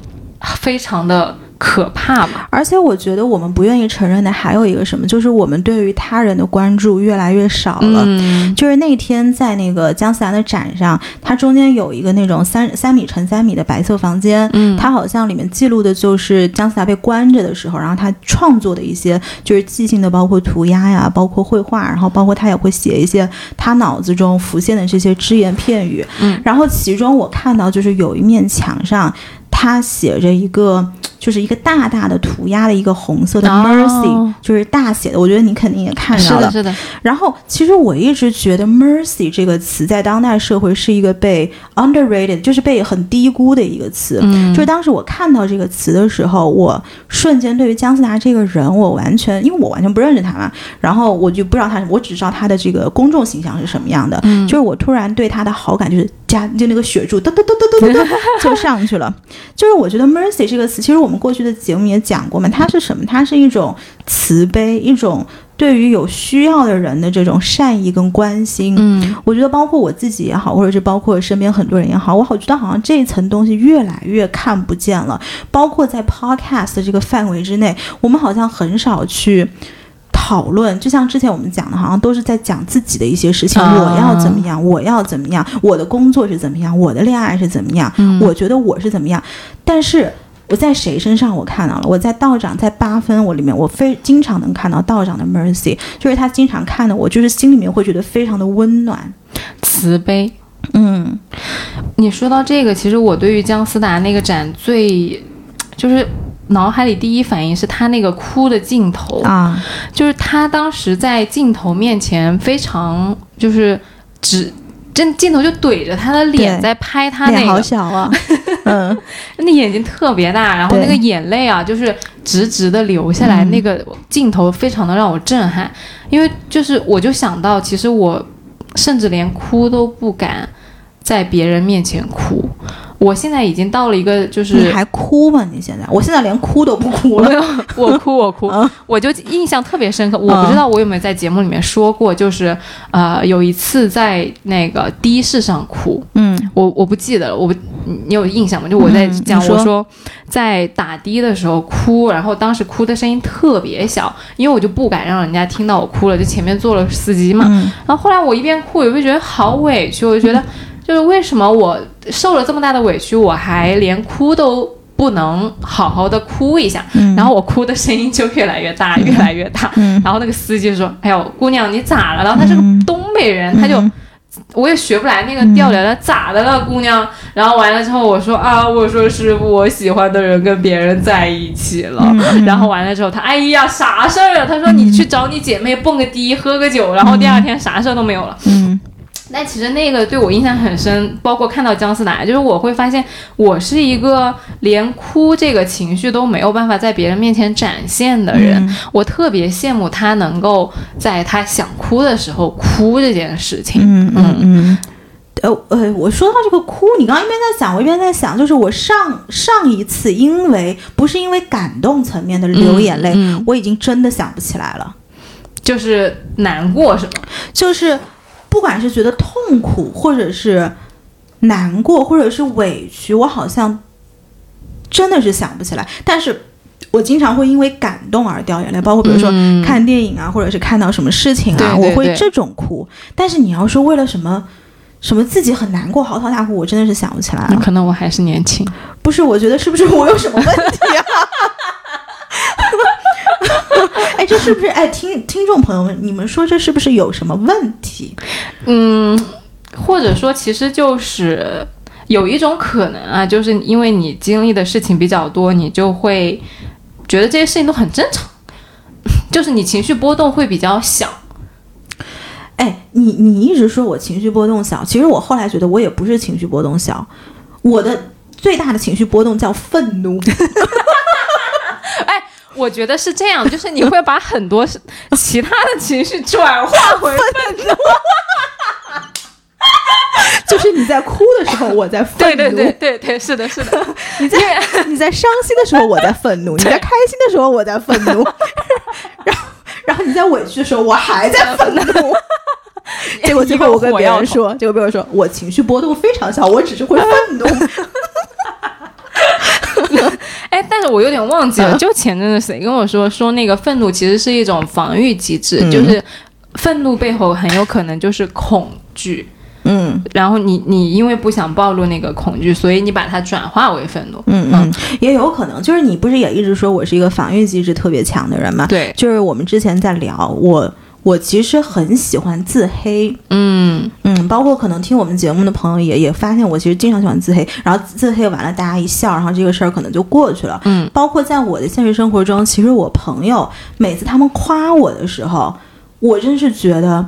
[SPEAKER 1] 非常的可怕吧。
[SPEAKER 2] 而且我觉得我们不愿意承认的还有一个什么，就是我们对于他人的关注越来越少了。
[SPEAKER 1] 嗯
[SPEAKER 2] 就是那天在那个姜思达的展上，它中间有一个那种三三米乘三米的白色房间，
[SPEAKER 1] 嗯
[SPEAKER 2] 它好像里面记录的就是姜思达被关着的时候，然后他创作的一些就是即兴的，包括涂鸦呀，包括绘画，然后包括他也会写一些他脑子中浮现的这些只言片语，
[SPEAKER 1] 嗯，
[SPEAKER 2] 然后其中我看到就是有一面墙上，他写着一个。就是一个大大的涂鸦的一个红色的
[SPEAKER 1] 哦
[SPEAKER 2] mercy，、就是大写的，我觉得你肯定也看
[SPEAKER 1] 是
[SPEAKER 2] 到了
[SPEAKER 1] 的，。是的，
[SPEAKER 2] 然后，其实我一直觉得 mercy 这个词在当代社会是一个被 underrated，就是被很低估的一个词。
[SPEAKER 1] 嗯
[SPEAKER 2] 就是当时我看到这个词的时候，我瞬间对于姜思达这个人，我完全因为我完全不认识他嘛，然后我就不知道他，我只知道他的这个公众形象是什么样的。
[SPEAKER 1] 嗯
[SPEAKER 2] 就是我突然对他的好感就是加就那个血柱噔噔噔噔噔噔就上去了。就是我觉得 mercy 这个词，其实我们过去的节目也讲过嘛，它是什么？它是一种慈悲，一种对于有需要的人的这种善意跟关心。
[SPEAKER 1] 嗯，
[SPEAKER 2] 我觉得包括我自己也好，或者是包括身边很多人也好，我好觉得好像这一层东西越来越看不见了。包括在 podcast 的这个范围之内，我们好像很少去。讨论，就像之前我们讲的，好像都是在讲自己的一些事情。
[SPEAKER 1] 啊
[SPEAKER 2] 我要怎么样？我要怎么样？我的工作是怎么样？我的恋爱是怎么样？
[SPEAKER 1] 嗯
[SPEAKER 2] 我觉得我是怎么样？但是我在谁身上我看到了？我在道长在八分我里面，我非经常能看到道长的 mercy，就是他经常看的我，就是心里面会觉得非常的温暖。
[SPEAKER 1] 慈悲。
[SPEAKER 2] 嗯
[SPEAKER 1] 你说到这个，其实我对于姜思达那个展最，就是脑海里第一反应是他那个哭的镜头，
[SPEAKER 2] 啊，
[SPEAKER 1] 就是他当时在镜头面前非常就是只。真镜头就怼着他的脸
[SPEAKER 2] 对
[SPEAKER 1] 在拍他那
[SPEAKER 2] 脸好
[SPEAKER 1] 个，[laughs]
[SPEAKER 2] 小啊，嗯，
[SPEAKER 1] 那眼睛特别大，然后那
[SPEAKER 2] 对
[SPEAKER 1] 个眼泪啊，就是直直的流下来，
[SPEAKER 2] 嗯
[SPEAKER 1] 那个镜头非常的让我震撼，因为就是我就想到，其实我甚至连哭都不敢在别人面前哭，我现在已经到了一个就是
[SPEAKER 2] 你还哭吗？你现在？我现在连哭都不哭了。
[SPEAKER 1] 我哭，我哭
[SPEAKER 2] 嗯，
[SPEAKER 1] 我就印象特别深刻。我不知道我有没有在节目里面说过，就是呃，有一次在那个的士上哭，
[SPEAKER 2] 嗯
[SPEAKER 1] 我我不记得了，我不你你有印象吗？就我在
[SPEAKER 2] 嗯
[SPEAKER 1] 讲，
[SPEAKER 2] 你说
[SPEAKER 1] 我说在打的的时候哭，然后当时哭的声音特别小，因为我就不敢让人家听到我哭了，就前面坐了司机嘛。
[SPEAKER 2] 嗯
[SPEAKER 1] 然后后来我一边哭，我就觉得好委屈，我就觉得就是为什么我受了这么大的委屈，我还连哭都不能好好的哭一下，
[SPEAKER 2] 嗯
[SPEAKER 1] 然后我哭的声音就越来越大，越来越大。
[SPEAKER 2] 嗯
[SPEAKER 1] 然后那个司机就说：“哎呦，姑娘你咋了？”然后他是个
[SPEAKER 2] 嗯
[SPEAKER 1] 东北人，他就。我也学不来那个调调，他咋的了，姑娘？然后完了之后，我说啊，我说是我喜欢的人跟别人在一起了。
[SPEAKER 2] 嗯
[SPEAKER 1] 然后完了之后，他哎呀，啥事儿啊？他说你去找你姐妹蹦个迪，喝个酒，然后第二天啥事儿都没有了。
[SPEAKER 2] 嗯
[SPEAKER 1] 但其实那个对我印象很深，包括看到姜思达，就是我会发现我是一个连哭这个情绪都没有办法在别人面前展现的人。
[SPEAKER 2] 嗯
[SPEAKER 1] 我特别羡慕他
[SPEAKER 2] 嗯
[SPEAKER 1] 能够在他想哭的时候哭这件事情。
[SPEAKER 2] 嗯嗯嗯，呃呃，我说到这个哭，你刚刚一边在讲，我一边在想，就是我上上一次因为不是因为感动层面的流眼泪，
[SPEAKER 1] 嗯嗯
[SPEAKER 2] 我已经真的想不起来了。
[SPEAKER 1] 就是难过是吗？
[SPEAKER 2] 就是不管是觉得痛苦，或者是难过，或者是委屈，我好像真的是想不起来。但是我经常会因为感动而掉眼泪，包括比如说
[SPEAKER 1] 嗯
[SPEAKER 2] 看电影啊，或者是看到什么事情啊，
[SPEAKER 1] 对对
[SPEAKER 2] 我会
[SPEAKER 1] 对
[SPEAKER 2] 这种哭。但是你要说为了什么？什么自己很难过，嚎啕大哭，我真的是想不起来
[SPEAKER 1] 那
[SPEAKER 2] 了。
[SPEAKER 1] 可能我还是年轻，
[SPEAKER 2] 不是，我觉得是不是我有什么问题啊？ [laughs] 哎，这是不是？哎，听听众朋友们，你们说这是不是有什么问题？
[SPEAKER 1] 嗯，或者说其实就是有一种可能啊，就是因为你经历的事情比较多，你就会觉得这些事情都很正常， [laughs] 就是你情绪波动会比较小。
[SPEAKER 2] 哎，你你一直说我情绪波动小，其实我后来觉得我也不是情绪波动小，我的最大的情绪波动叫
[SPEAKER 1] [laughs]
[SPEAKER 2] 愤怒。
[SPEAKER 1] 我觉得是这样，就是你会把很多是 [laughs] 其他的情绪转化回愤怒。
[SPEAKER 2] 就是你在哭的时候，我在愤
[SPEAKER 1] 对
[SPEAKER 2] 怒；
[SPEAKER 1] 对对对对，是的，是的。
[SPEAKER 2] 你在你在伤心的时候，我在愤怒；你在开心的时候，我在愤怒；
[SPEAKER 1] [laughs]
[SPEAKER 2] 然后然后你在委屈的时候，我还在
[SPEAKER 1] [laughs]
[SPEAKER 2] 愤怒。结果最后我跟别人说，结果别人说我情绪波动非常小，我只是会愤怒。
[SPEAKER 1] [laughs] 哎，但是我有点忘记了，
[SPEAKER 2] 嗯
[SPEAKER 1] 就前阵子谁跟我说说那个愤怒其实是一种防御机制，
[SPEAKER 2] 嗯
[SPEAKER 1] 就是愤怒背后很有可能就是恐惧，
[SPEAKER 2] 嗯
[SPEAKER 1] 然后你你因为不想暴露那个恐惧，所以你把它转化为愤怒。
[SPEAKER 2] 嗯嗯，也有可能，就是你不是也一直说我是一个防御机制特别强的人吗？
[SPEAKER 1] 对，
[SPEAKER 2] 就是我们之前在聊，我我其实很喜欢自黑，
[SPEAKER 1] 嗯，
[SPEAKER 2] 嗯，包括可能听我们节目的朋友也也发现我其实经常喜欢自黑，然后自黑完了大家一笑，然后这个事儿可能就过去了，
[SPEAKER 1] 嗯，
[SPEAKER 2] 包括在我的现实生活中，其实我朋友每次他们夸我的时候，我真是觉得。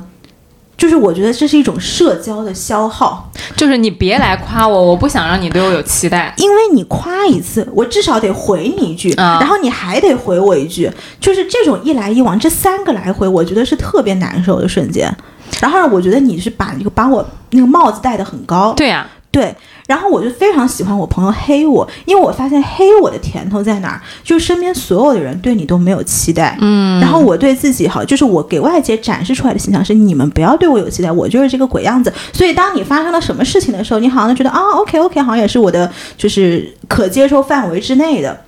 [SPEAKER 2] 就是我觉得这是一种社交的消耗，
[SPEAKER 1] 就是你别来夸我，我不想让你对我有期待。
[SPEAKER 2] 因为你夸一次，我至少得回你一句，
[SPEAKER 1] 啊
[SPEAKER 2] 然后你还得回我一句，就是这种一来一往，这三个来回，我觉得是特别难受的瞬间。然后我觉得你是把那个把我那个帽子戴得很高，
[SPEAKER 1] 对呀、
[SPEAKER 2] 对，啊然后我就非常喜欢我朋友黑我，因为我发现黑我的甜头在哪儿，就是身边所有的人对你都没有期待，嗯，然后我对自己好，就是我给外界展示出来的形象是你们不要对我有期待，我就是这个鬼样子。所以当你发生了什么事情的时候，你好像觉得啊，OK OK，好像也是我的就是可接受范围之内的。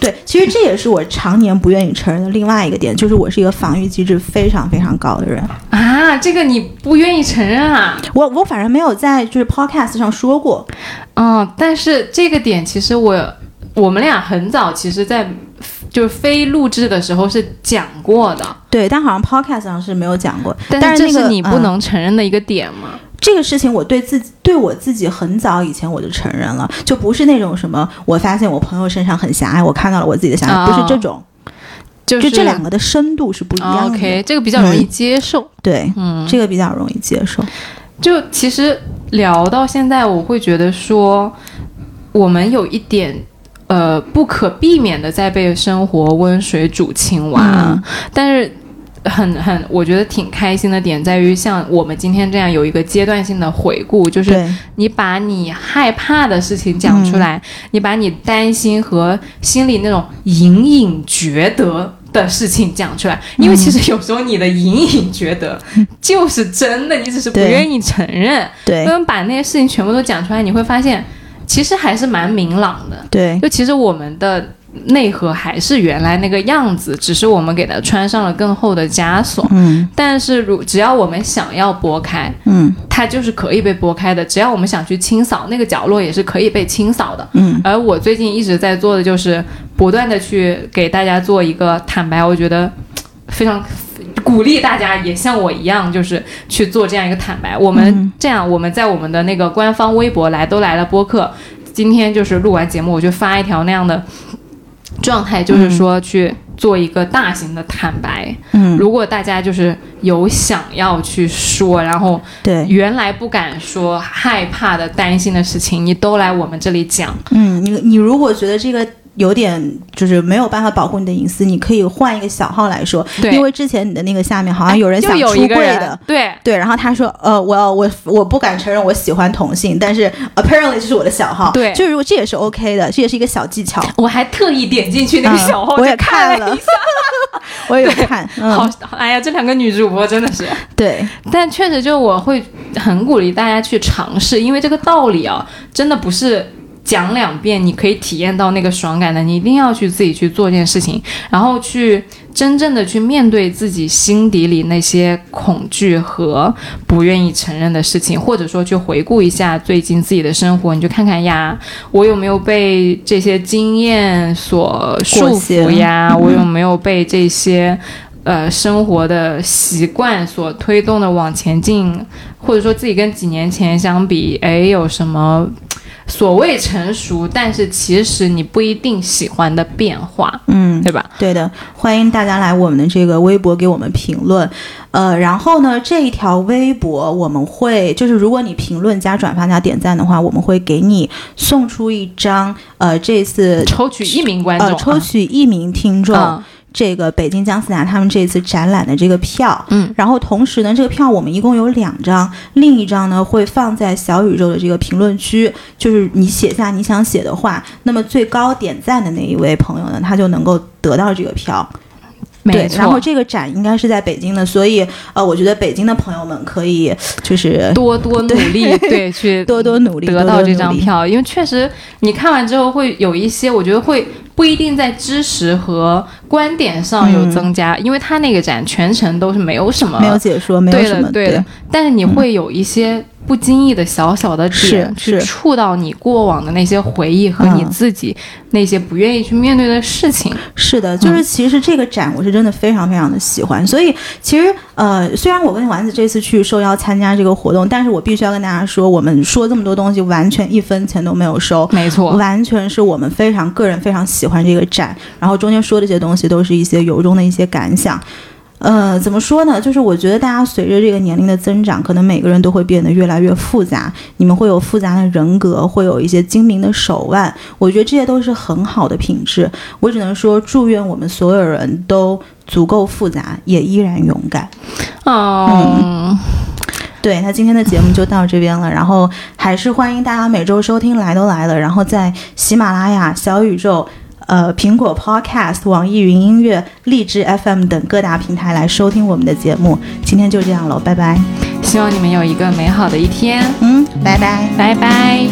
[SPEAKER 2] 对，其实这也是我常年不愿意承认的另外一个点，就是我是一个防御机制非常非常高的人。
[SPEAKER 1] 啊，这个你不愿意承认啊？
[SPEAKER 2] 我我反正没有在就是 podcast 上说过，
[SPEAKER 1] 嗯，但是这个点其实我我们俩很早，其实在就是非录制的时候是讲过的。
[SPEAKER 2] 对，但好像 podcast 上是没有讲过。
[SPEAKER 1] 但
[SPEAKER 2] 是
[SPEAKER 1] 这
[SPEAKER 2] 那个
[SPEAKER 1] 是你不、
[SPEAKER 2] 嗯
[SPEAKER 1] 能承认的一个点嘛？
[SPEAKER 2] 这个事情，我对自己对我自己很早以前我就承认了，就不是那种什么我发现我朋友身上很狭隘，我看到了我自己的狭隘，不
[SPEAKER 1] 哦
[SPEAKER 2] 是这种，
[SPEAKER 1] 就是
[SPEAKER 2] 就这两个的深度是不一
[SPEAKER 1] 啊
[SPEAKER 2] 样的。
[SPEAKER 1] OK，这个比较容易接受。
[SPEAKER 2] 对，
[SPEAKER 1] 嗯，
[SPEAKER 2] 这个比较容易接受。
[SPEAKER 1] 就其实聊到现在，我会觉得说，我们有一点呃不可避免的在被生活温水煮青蛙，
[SPEAKER 2] 嗯
[SPEAKER 1] 但是。很很，我觉得挺开心的点在于，像我们今天这样有一个阶段性的回顾，就是
[SPEAKER 2] 对，
[SPEAKER 1] 你把你害怕的事情讲出
[SPEAKER 2] 嗯
[SPEAKER 1] 来，你把你担心和心里那种隐隐觉得的事情讲出来，因为其实有时候你的隐隐觉得就是真的，你只是不
[SPEAKER 2] 对
[SPEAKER 1] 愿意承认。
[SPEAKER 2] 嗯对，
[SPEAKER 1] 嗯，把那些事情全部都讲出来，你会发现其实还是蛮明朗的。
[SPEAKER 2] 对，
[SPEAKER 1] 就其实我们的内核还是原来那个样子，只是我们给它穿上了更厚的枷锁。
[SPEAKER 2] 嗯
[SPEAKER 1] 但是如只要我们想要拨开，
[SPEAKER 2] 嗯
[SPEAKER 1] 它就是可以被拨开的，只要我们想去清扫那个角落，也是可以被清扫的。
[SPEAKER 2] 嗯，
[SPEAKER 1] 而我最近一直在做的就是不断的去给大家做一个坦白，我觉得嘖非常鼓励大家也像我一样，就是去做这样一个坦白。我
[SPEAKER 2] 嗯
[SPEAKER 1] 们这样，我们在我们的那个官方微博来都来了播客，今天就是录完节目，我就发一条那样的状态，就是说去做一个大型的坦白。
[SPEAKER 2] 嗯，
[SPEAKER 1] 如果大家就是有想要去说，然后
[SPEAKER 2] 对，
[SPEAKER 1] 原来不敢说、害怕的、担心的事情，你都来我们这里讲。
[SPEAKER 2] 嗯，你你如果觉得这个有点就是没有办法保护你的隐私，你可以换一个小号来说，
[SPEAKER 1] 对
[SPEAKER 2] 因为之前你的那个下面好像啊有人
[SPEAKER 1] 哎就
[SPEAKER 2] 想
[SPEAKER 1] 有
[SPEAKER 2] 出
[SPEAKER 1] 一个
[SPEAKER 2] 柜
[SPEAKER 1] 人
[SPEAKER 2] 的。
[SPEAKER 1] 对，
[SPEAKER 2] 对，然后他说，呃，我要我我不敢承认我喜欢同性，但是 apparently 这是我的小号，
[SPEAKER 1] 对
[SPEAKER 2] 就是如果这也是 OK 的，这也是一个小技巧，
[SPEAKER 1] 我还特意点进 [laughs] 去那个
[SPEAKER 2] 嗯
[SPEAKER 1] 小号，
[SPEAKER 2] 我也
[SPEAKER 1] 看哎
[SPEAKER 2] 看了，我也有看，
[SPEAKER 1] 好
[SPEAKER 2] 嗯，，
[SPEAKER 1] 哎呀，这两个女主播真的是，
[SPEAKER 2] 对，
[SPEAKER 1] 但确实就我会很鼓励大家去尝试，因为这个道理啊，真的不是讲两遍你可以体验到那个爽感的，你一定要去自己去做这件事情，然后去真正的去面对自己心底里那些恐惧和不愿意承认的事情，或者说去回顾一下最近自己的生活，你就看看呀，我有没有被这些经验所束
[SPEAKER 2] 裹挟
[SPEAKER 1] 缚呀？我有没有被这些呃生活的习惯所推动的往前进？或者说自己跟几年前相比，哎，有什么所谓成熟，但是其实你不一定喜欢的变化，
[SPEAKER 2] 嗯，
[SPEAKER 1] 对吧？
[SPEAKER 2] 对的，欢迎大家来我们的这个微博给我们评论。呃，然后呢，这一条微博我们会，就是如果你评论加转发加点赞的话，我们会给你送出一张呃，这次
[SPEAKER 1] 抽取一名观众啊，
[SPEAKER 2] 呃抽取一名听众。
[SPEAKER 1] 嗯
[SPEAKER 2] 这个北京姜思达他们这次展览的这个票，
[SPEAKER 1] 嗯，
[SPEAKER 2] 然后同时呢，这个票我们一共有两张，另一张呢会放在小宇宙的这个评论区，就是你写下你想写的话，那么最高点赞的那一位朋友呢，他就能够得到这个票，对
[SPEAKER 1] 没，错。
[SPEAKER 2] 然后这个展应该是在北京的，所以呃，我觉得北京的朋友们可以呃就是
[SPEAKER 1] 多多努
[SPEAKER 2] [laughs]
[SPEAKER 1] 力，对，去
[SPEAKER 2] 多多努力，
[SPEAKER 1] 得
[SPEAKER 2] 多
[SPEAKER 1] 到
[SPEAKER 2] 多
[SPEAKER 1] 这
[SPEAKER 2] 努
[SPEAKER 1] 张
[SPEAKER 2] 力。
[SPEAKER 1] 票，因为确实你看完之后会有一些，我觉得会不一定在知识和观点上有增加，因为他那个展全程都是没有什么
[SPEAKER 2] 嗯没有解说，没有
[SPEAKER 1] 对
[SPEAKER 2] 什么嗯
[SPEAKER 1] 的对的，但是你会有一些不经意的小小的点
[SPEAKER 2] 是
[SPEAKER 1] 去
[SPEAKER 2] 是
[SPEAKER 1] 触到你过往的那些回忆和你
[SPEAKER 2] 嗯
[SPEAKER 1] 自己那些不愿意去面对的事情，
[SPEAKER 2] 是的，就是其实这个展我是真的非常非常的喜欢，所以其实呃，虽然我跟丸子这次去受邀参加这个活动，但是我必须要跟大家说，我们说这么多东西，完全一分钱都没有收。
[SPEAKER 1] 没错，
[SPEAKER 2] 完全是我们非常个人非常喜欢这个展，然后中间说的这些东西都是一些由衷的一些感想。呃，怎么说呢？就是我觉得大家随着这个年龄的增长，可能每个人都会变得越来越复杂。你们会有复杂的人格，会有一些精明的手腕，我觉得这些都是很好的品质。我只能说，祝愿我们所有人都足够复杂，也依然勇敢。
[SPEAKER 1] 嗯
[SPEAKER 2] 对，那今天的节目就到这边了，然后还是欢迎大家每周收听《来都来了》，然后在喜马拉雅、小宇宙、呃苹果 Podcast、网易云音乐、荔枝 FM 等各大平台来收听我们的节目。今天就这样喽，拜拜。
[SPEAKER 1] 希望你们有一个美好的一天，
[SPEAKER 2] 嗯，拜拜。
[SPEAKER 1] 拜拜。